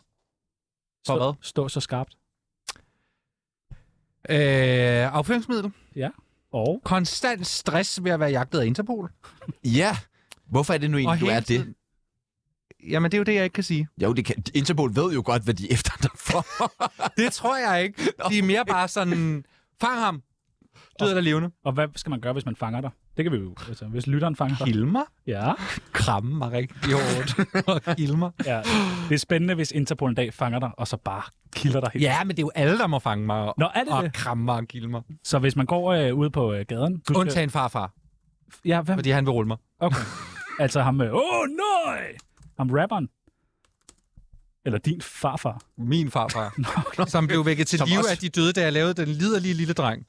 E: For
D: stå,
E: hvad?
D: stå så skarpt?
E: Øh, afføringsmiddel.
D: Og
E: Konstant stress ved at være jagtet af Interpol.
A: Ja. Hvorfor er det nu
E: Og
A: egentlig, du
E: hele
A: er det?
E: tiden- Jamen, det er jo det, jeg ikke kan sige.
A: Jo, det kan... Interpol ved jo godt, hvad de er efter dig for.
E: Det tror jeg ikke. De er mere bare sådan, fang ham. Død eller levende.
D: Og hvad skal man gøre, hvis man fanger dig? Det kan vi jo, altså, hvis lytteren fanger dig.
E: Hilde mig.
D: Ja,
E: Kramme mig rigtig hårdt. og hilde mig.
D: ja. Det er spændende, hvis Interpol en dag fanger dig, og så bare kilder dig helt.
E: Ja, men det er jo alle, der må fange mig og,
D: Nå, er det
E: og
D: det?
E: kramme mig og kilde mig.
D: Så hvis man går øh, ude på øh, gaden... du skal-
E: Undtagen farfar,
D: Ja, hvad?
E: fordi han vil rulle mig.
D: Okay. altså ham... Åh, øh, oh, nej! Ham rapperen. Eller din farfar.
E: Min farfar, okay. som blev vækket til
H: Som
E: live
H: også-
E: af de døde, da jeg lavede den liderlige lille dreng.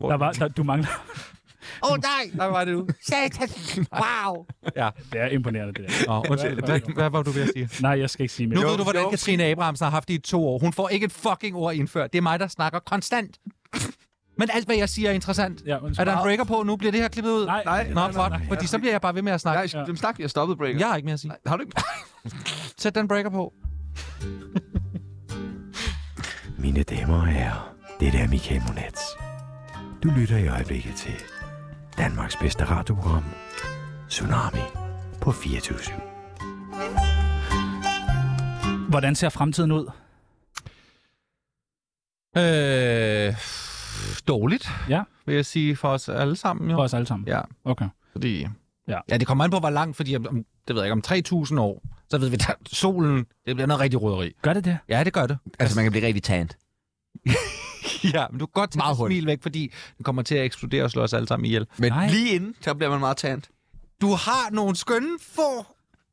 D: Der var, der, du mangler...
E: Åh oh, nej, der var det nu. Satan, wow. Ja,
D: Det er imponerende, det der.
E: Nå, undskyld. Hvad, hvad var du ved at sige?
D: Nej, jeg skal ikke sige mere.
E: Nu ved du, hvordan Katrine Abrahamsen har haft det i to år. Hun får ikke et fucking ord indført. Det er mig, der snakker konstant. Men alt, hvad jeg siger, er interessant.
D: Ja, undskyld.
E: er der en breaker på nu? Bliver det her klippet ud?
D: Nej, nej,
E: Nå, fuck, fordi så bliver jeg bare ved med at snakke.
A: Nej, ja. dem snak, jeg stoppede breaker.
E: Jeg har ikke mere at sige.
A: Har du ikke?
E: Sæt den breaker på.
K: Mine damer og herrer, det er Michael Monats. Du lytter i øjeblikket til Danmarks bedste radioprogram, Tsunami på 24
D: Hvordan ser fremtiden ud?
E: Øh, dårligt,
D: Ja.
E: vil jeg sige, for os alle sammen. Jo.
D: For os alle sammen.
E: Ja,
D: Okay.
E: fordi...
D: Ja.
E: ja, det kommer an på, hvor langt, fordi om, om- det ved jeg ikke, om 3.000 år, så ved vi, at solen, det bliver noget rigtig røderi.
D: Gør det det?
E: Ja, det gør det.
A: Altså, man kan blive rigtig tant.
E: Ja, men du kan godt tage
A: Meget
E: et smil væk, fordi den kommer til at eksplodere og slå os alle sammen ihjel.
A: Men
D: Nej.
A: nej. lige inden, der bliver man meget tant.
E: Du har nogle skønne få...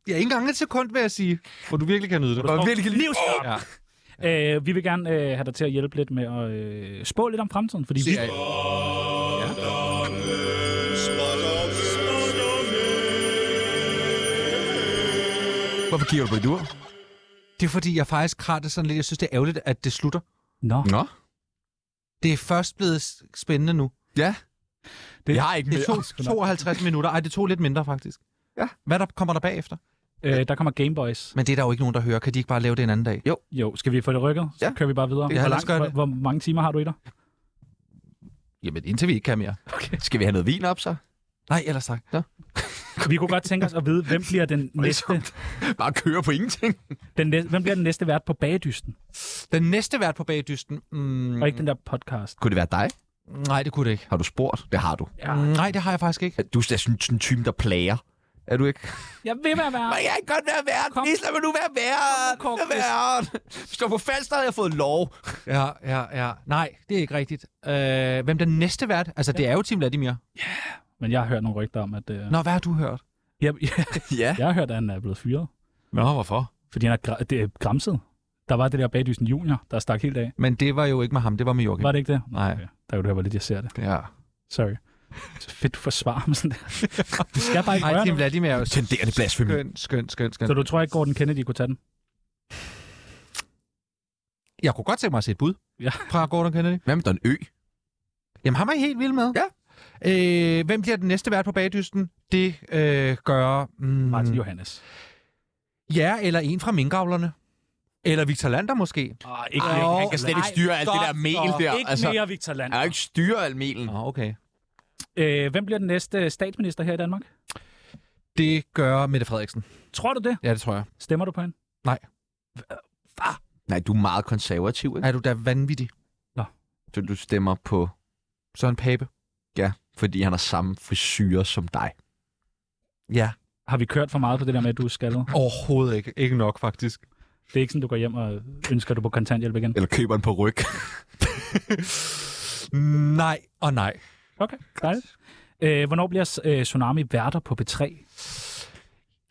E: Ja, ikke engang et sekund, vil jeg sige. Hvor du virkelig kan nyde det.
A: Og virkelig livs...
E: Ja.
D: Øh, vi vil gerne øh, have dig til at hjælpe lidt med at øh, spå lidt om fremtiden, fordi vi,
E: Det er,
A: Hvorfor kigger du på dit ur?
E: det er fordi, jeg faktisk har det sådan lidt... Jeg synes, det er ærgerligt, at det slutter.
D: Nå,
A: Nå.
E: Det er først blevet s- spændende nu.
A: Ja.
D: Det-
A: Det, jeg har ikke
E: Det
A: mere.
E: tog 52 minutter. Ej, det tog lidt mindre, faktisk.
A: Ja.
E: Hvad der kommer der bagefter?
D: øh, der kommer Gameboys.
E: Men det er der jo ikke nogen, der hører. Kan de ikke bare lave det en anden dag?
D: Jo, skal vi få det rykket? Så
A: Ja.
D: kører vi bare videre.
E: Ja,
D: hvor,
E: lad os
D: langt,
E: gøre
D: hvor,
E: det.
D: hvor mange timer har du i dig?
E: Jamen, indtil vi ikke kan mere.
A: Skal vi have noget vin op, så?
E: Nej, ellers tak. Ja.
D: Vi kunne godt tænke os at vide, hvem bliver den næste,
A: Ligesom Bare køre på ingenting.
D: den næste, hvem bliver den næste vært på Bagedysten?
E: Den næste vært på bagdysten... Mm,
D: Og ikke den der podcast.
A: Kunne det være dig?
E: nej, det kunne det ikke. Mm,
A: Har du spurgt? Det har du.
D: Ja.
E: Nej, det har jeg faktisk ikke.
A: Du er sådan sådan en type, der plager. Er du ikke?
D: Jeg vil være vært.
A: Må jeg ikke godt være vært?
D: Kom.
A: Please lad mig nu være vært.
D: Kom nu, Kåre
A: Vær vært. Hvis du var på falsk, der havde jeg fået lov.
E: Ja, ja, ja. Nej, det er ikke rigtigt. Øh, hvem den næste vært? Altså, det er jo Tim Vladimir.
D: Men jeg har hørt nogle rygter om, at... Øh,
E: Nå, hvad har du hørt?
D: jeg, jeg,
A: Ja.
D: jeg har hørt, at han er blevet fyret,
E: Nå, hvorfor?
D: fordi han er, gra- det er gramset. Der var det der Bagedysten Junior, der stak helt af.
E: Men det var jo ikke med ham, det var med Joachim.
D: Var det ikke det?
E: Nej.
D: Okay. Der kan du høre, hvor lidt jeg ser det.
E: Ja.
D: Sorry. Så fedt, du forsvarer mig sådan der. Du skal bare ikke
E: Ej,
D: røre
E: Tim
D: noget.
E: Vladimir er jo
A: Tenderende blasfemi.
E: skøn, skøn, skøn, skøn.
D: Så du tror ikke, Gordon Kennedy kunne tage den?
E: Jeg kunne godt tænke mig at se et bud
D: Ja.
E: fra Gordon Kennedy.
A: Hvad med Don Ø?
E: Jamen, ham er I helt vild med.
A: Ja.
E: Øh, hvem bliver den næste vært på bagdysten? Det øh, gør... Mm,
D: Martin Johannes.
E: Ja, eller en fra minkavlerne. Eller Victor Lander måske.
D: Oh, ikke
A: Ej, han kan slet ikke styre alt det der mel der.
D: Ikke
A: Altså,
D: mere Victor Land.
A: han kan jo ikke styre al melen.
E: Nå, okay.
D: Øh, hvem bliver den næste statsminister her i Danmark?
E: Det gør Mette Frederiksen.
D: Tror du det?
E: Ja, det tror jeg.
D: Stemmer du på hende?
A: Nej, du er meget konservativ, ikke?
E: Er du da vanvittig,
A: Så du stemmer på,
E: Søren Pape?
A: ja, fordi han har samme frisyrer som dig.
E: Ja.
D: Har vi kørt for meget på det der med, at du er skaldet?
E: Overhovedet ikke. Ikke nok, faktisk.
D: Det er ikke sådan, du går hjem og ønsker, du på kontanthjælp igen.
A: Eller køber en på ryg.
E: nej og nej.
D: Okay, dejligt. Øh, hvornår bliver øh, Tsunami værter på B3?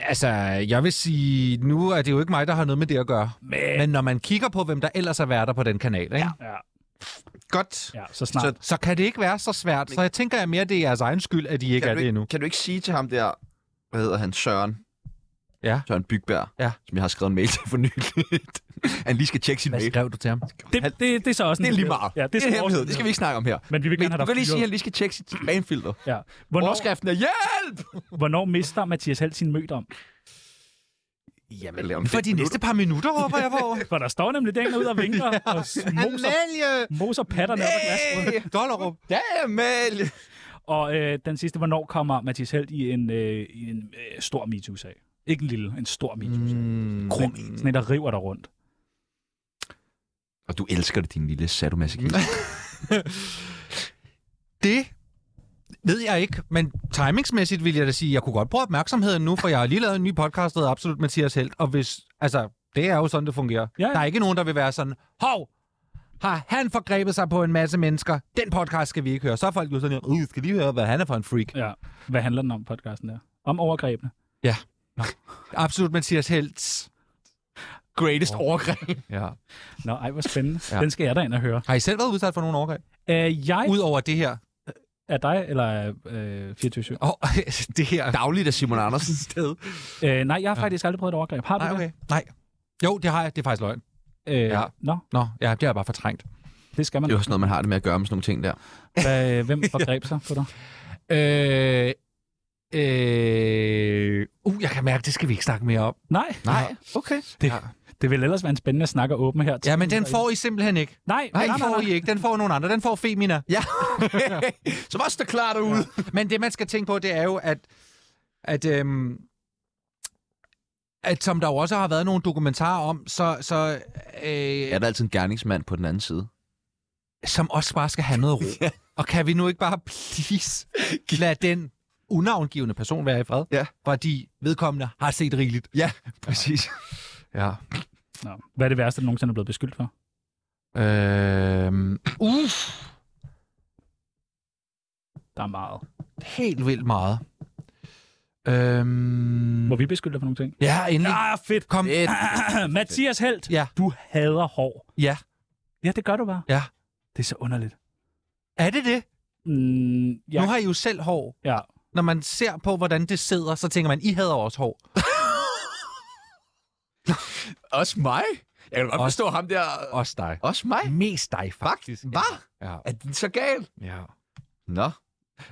E: Altså, jeg vil sige, nu er det jo ikke mig, der har noget med det at gøre.
D: Men...
E: Men når man kigger på, hvem der ellers er værter på den kanal, ikke? Ja.
D: Ja,
A: Godt.
D: ja, så snart. Så...
A: Så-
E: så kan det ikke være så svært. Så jeg tænker, at mere det er jeres egen skyld, at I ikke
A: Kan
E: er
A: du
E: det
A: ikke,
E: endnu.
A: kan du ikke sige til ham der, hvad hedder han, Søren?
E: Ja.
A: Søren Bygberg,
E: Ja.
A: som jeg har skrevet en mail til for nyligt. han lige skal tjekke sin mail.
E: skrev du til ham?
D: Det, det, det, er så også en
A: Det er lige meget.
D: Ja, det er,
A: en hemmelighed. Det skal vi
D: vi...
A: ikke snakke om her.
D: Men vi vil
A: Men
D: gerne
A: du
D: have
A: kan
D: dig
A: lige sige, at
D: fyret.
A: han lige skal tjekke sit spamfilter.
D: Ja. Hvornår,
A: Overskriften er hjælp!
D: hvornår mister Mathias Held sin mødt om?
A: Jamen, om
E: For
A: fem
E: de næste par minutter, håber jeg på.
D: For der står nemlig den ud og vinker og moser,
E: Amalie!
D: moser patterne op ad glasruden.
A: Hey!
E: Dollerup.
A: Ja, Amalie!
D: Og øh, den sidste, hvornår kommer Mathias Held i en, øh, i en øh, stor MeToo-sag? Ikke en lille, en stor MeToo-sag. Mm.
A: Krum.
D: Sådan en, der river dig rundt.
A: Og du elsker det, din lille sadomasochist.
E: Det ved jeg ikke, men timingsmæssigt vil jeg da sige, at jeg kunne godt bruge opmærksomheden nu, for jeg har lige lavet en ny podcast, der hedder Absolut Mathias Helt, og hvis, altså, det er jo sådan, det fungerer. Ja, ja. Der er ikke nogen, der vil være sådan, hov, har han forgrebet sig på en masse mennesker? Den podcast skal vi ikke høre. Så er folk jo sådan, uh, skal lige høre, hvad han er for en freak.
D: Ja. Hvad handler den om, podcasten der? Om overgrebene.
E: Ja. Absolut Mathias Helts.
D: Greatest oh. overgreb.
E: Ja.
D: Nå, ej, hvor spændende.
E: Ja.
D: ja. Den skal jeg da ind og høre.
E: Har I selv været udsat for nogle overgreb?
D: Øh, jeg
E: Udover det her.
D: er dig, eller øh, 24
E: Oh, det her
A: Dagligt af Simon Andersen.
E: sted.
D: øh, Nej, jeg har faktisk aldrig prøvet et overgreb. Har du
E: Nej, okay. Nej. Jo, det har jeg. Det er faktisk løgn.
D: det? Øh,
E: Ja.
D: Nå,
E: Nå, ja, det har jeg bare fortrængt.
D: det skal man.
A: Det er jo sådan noget, man har det med at gøre med sådan nogle ting der.
D: Hvad, øh, hvem forgreb sig på dig?
E: Øh, øh, uh, jeg kan mærke, det skal vi ikke snakke mere om.
D: Nej.
E: Nej, okay.
D: Det,
E: Ja.
D: det vil ellers være en spændende snak at åbne her.
E: Ja, men den får I simpelthen ikke.
D: Nej,
E: Nej, den får I ikke. Den får nogen andre. Den får Femina.
A: Ja, så var det klar derude.
E: Men det, man skal tænke på, det er jo, at, at, øhm, at som der jo også har været nogle dokumentarer om, så, så øh,
A: Ja. Er der altid en gerningsmand på den anden side?
E: som også bare skal have noget ro. Og kan vi nu ikke bare please lade den unavngivende person være i fred?
A: Ja.
E: Fordi vedkommende har set rigeligt.
A: Ja, præcis.
E: Ja.
D: Nå. Hvad er det værste, du nogensinde er blevet beskyldt for?
E: Øhm, uff.
D: Der er meget.
E: helt vildt meget. Øhm,
D: Må vi beskylde dig for nogle ting?
E: ja, endelig.
D: Ah, fedt.
E: Mm. Kom.
A: Et,
D: Mathias Helt,
E: Ja.
D: du hader hår.
E: Ja.
D: Ja, det gør du bare.
E: Ja.
D: Det er så underligt.
E: Er det det?
D: Mm,
E: Ja.
D: jeg,
E: Nu har I jo selv hår.
D: ja.
E: Når man ser på, hvordan det sidder, så tænker man, I havde også hår.
A: også mig? Jeg kan godt
E: Også-
A: forstå ham der.
E: Også dig.
A: Også mig?
E: Mest dig, faktisk.
A: Hvad?
E: Ja.
A: Er den så gal?
E: ja.
A: Nå.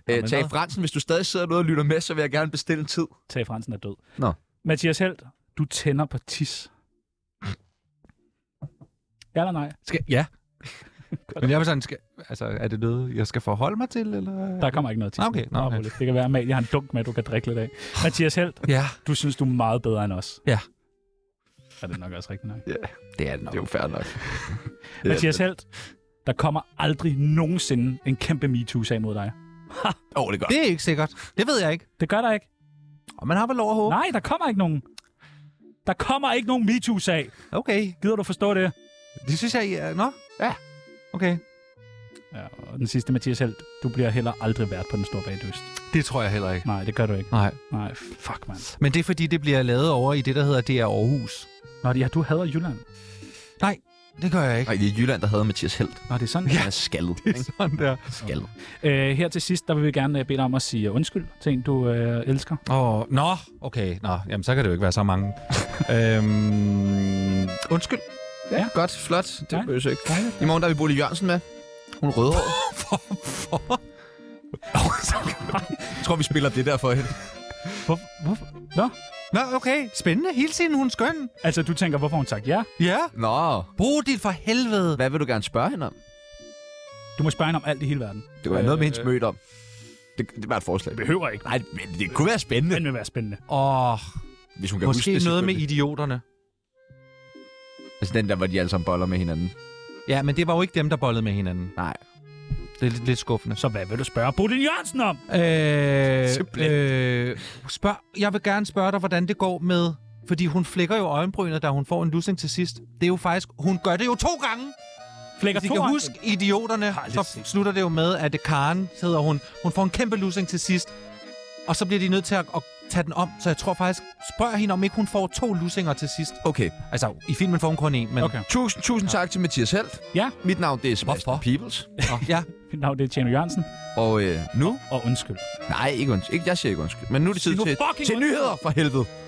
A: Æ,
D: men
A: Tage
D: hvad?
A: Fransen, hvis du stadig sidder derude og lytter med, så vil jeg gerne bestille en tid.
D: Tage Fransen er død.
A: Nå.
D: Mathias Helt, du tænder på tis. Ja eller nej?
E: Skal, ja. Men jeg var sådan, skal, altså, er det noget, jeg skal forholde mig til? Eller?
D: Der kommer ikke noget tis.
E: Nå, Ah, okay. Nå,
D: Bare
E: okay.
D: rolig. Det kan være, at jeg har en dunk med, du kan drikke lidt af. Mathias Helt,
E: Ja.
D: du synes, du er meget bedre end os.
E: Ja.
D: Er det nok også rigtigt nok?
A: Det er det nok. Det er jo fair nok.
D: Ja, Mathias Helt, der kommer aldrig nogensinde en kæmpe MeToo-sag mod dig.
A: Åh, oh, det er godt.
E: Det er ikke sikkert. Det ved jeg ikke.
D: Det gør der ikke.
E: Og man har vel lov at håbe.
D: Nej, der kommer ikke nogen. Der kommer ikke nogen MeToo-sag.
E: Okay.
D: Gider du forstå det?
E: Det synes jeg, I er... Nå? Ja. Okay.
D: Ja, og den sidste, Mathias Helt, du bliver heller aldrig vært på den store bagdyst.
E: Det tror jeg heller ikke.
D: Nej, det gør du ikke.
E: Nej.
D: Nej, fuck, mand.
E: Men det er, fordi det bliver lavet over i det, der hedder DR Aarhus.
D: Nå, ja, du hader Jylland.
E: Det gør jeg ikke.
A: Nej, det er Jylland, der havde Mathias Helt.
D: Nå, det er sådan.
A: Han er skaldet. ikke?
E: Sådan der.
A: Skaldet.
D: Øh, her til sidst, der vil vi gerne øh, bede dig om at sige undskyld til en, du øh, elsker.
E: Åh, oh, nå, okay, nå, jamen så kan det jo ikke være så mange. øhm, undskyld.
A: Ja, godt. Flot. Det
D: Nej.
A: behøver jeg ikke. I morgen der er vi Bolig Jørgensen med. Hun er rødhåret. Jeg tror, vi spiller det der for hende.
D: Hvor, hvorfor?
E: Nå, okay, spændende. Hele tiden hun er skøn.
D: Altså, du tænker, hvorfor har hun sagt ja?
E: Ja.
A: Nå,
E: Brug dit for helvede.
A: hvad vil du gerne spørge hende om?
D: Du må spørge hende om alt i hele verden.
A: Det kunne være noget med hendes møde om. Det, det var et forslag.
D: Det Øh, behøver ikke,
A: Nej, men det kunne være spændende,
D: men vil være spændende.
E: Åh, oh,
A: hvis hun kan huske
E: måske
A: det.
E: noget med
A: selvfølgelig.
E: idioterne.
A: Altså den der, hvor de alle sammen boller med hinanden.
E: Ja, men det var jo ikke dem, der bollede med hinanden.
A: Nej.
E: Det er lidt, lidt skuffende.
D: Så hvad vil du spørge Bodil Jørgensen om?
E: Øh,
A: Simpelthen.
E: øh, spørg, jeg vil gerne spørge dig, hvordan det går med... Fordi hun flækker jo øjenbrynet, da hun får en lussing til sidst. Det er jo faktisk... Hun gør det jo to gange!
D: Flækker
E: Hvis I
D: to
E: kan huske idioterne,
D: aldrig
E: så slutter det jo med, at det Karen hedder hun. Hun får en kæmpe lussing til sidst, og så bliver de nødt til at, at tage den om. Så jeg tror faktisk, spørg hende, om ikke hun får to lussinger til sidst.
A: Okay.
E: Altså, i filmen får hun kun en, men...
D: Okay.
A: Tusind, tusind tak til Mathias Helt.
D: Ja.
A: Mit navn det er Sebastian
E: Hvorfor?
A: Peoples.
E: Nå, ja.
D: Mit navn det er Tjerno Jørgensen,
A: Og øh, nu?
D: og undskyld.
A: Nej, ikke undskyld. Ikke, jeg siger ikke undskyld. Men nu er det tid
D: Sig nu
A: til,
D: fucking
A: til
D: undskyld.
A: nyheder for helvede.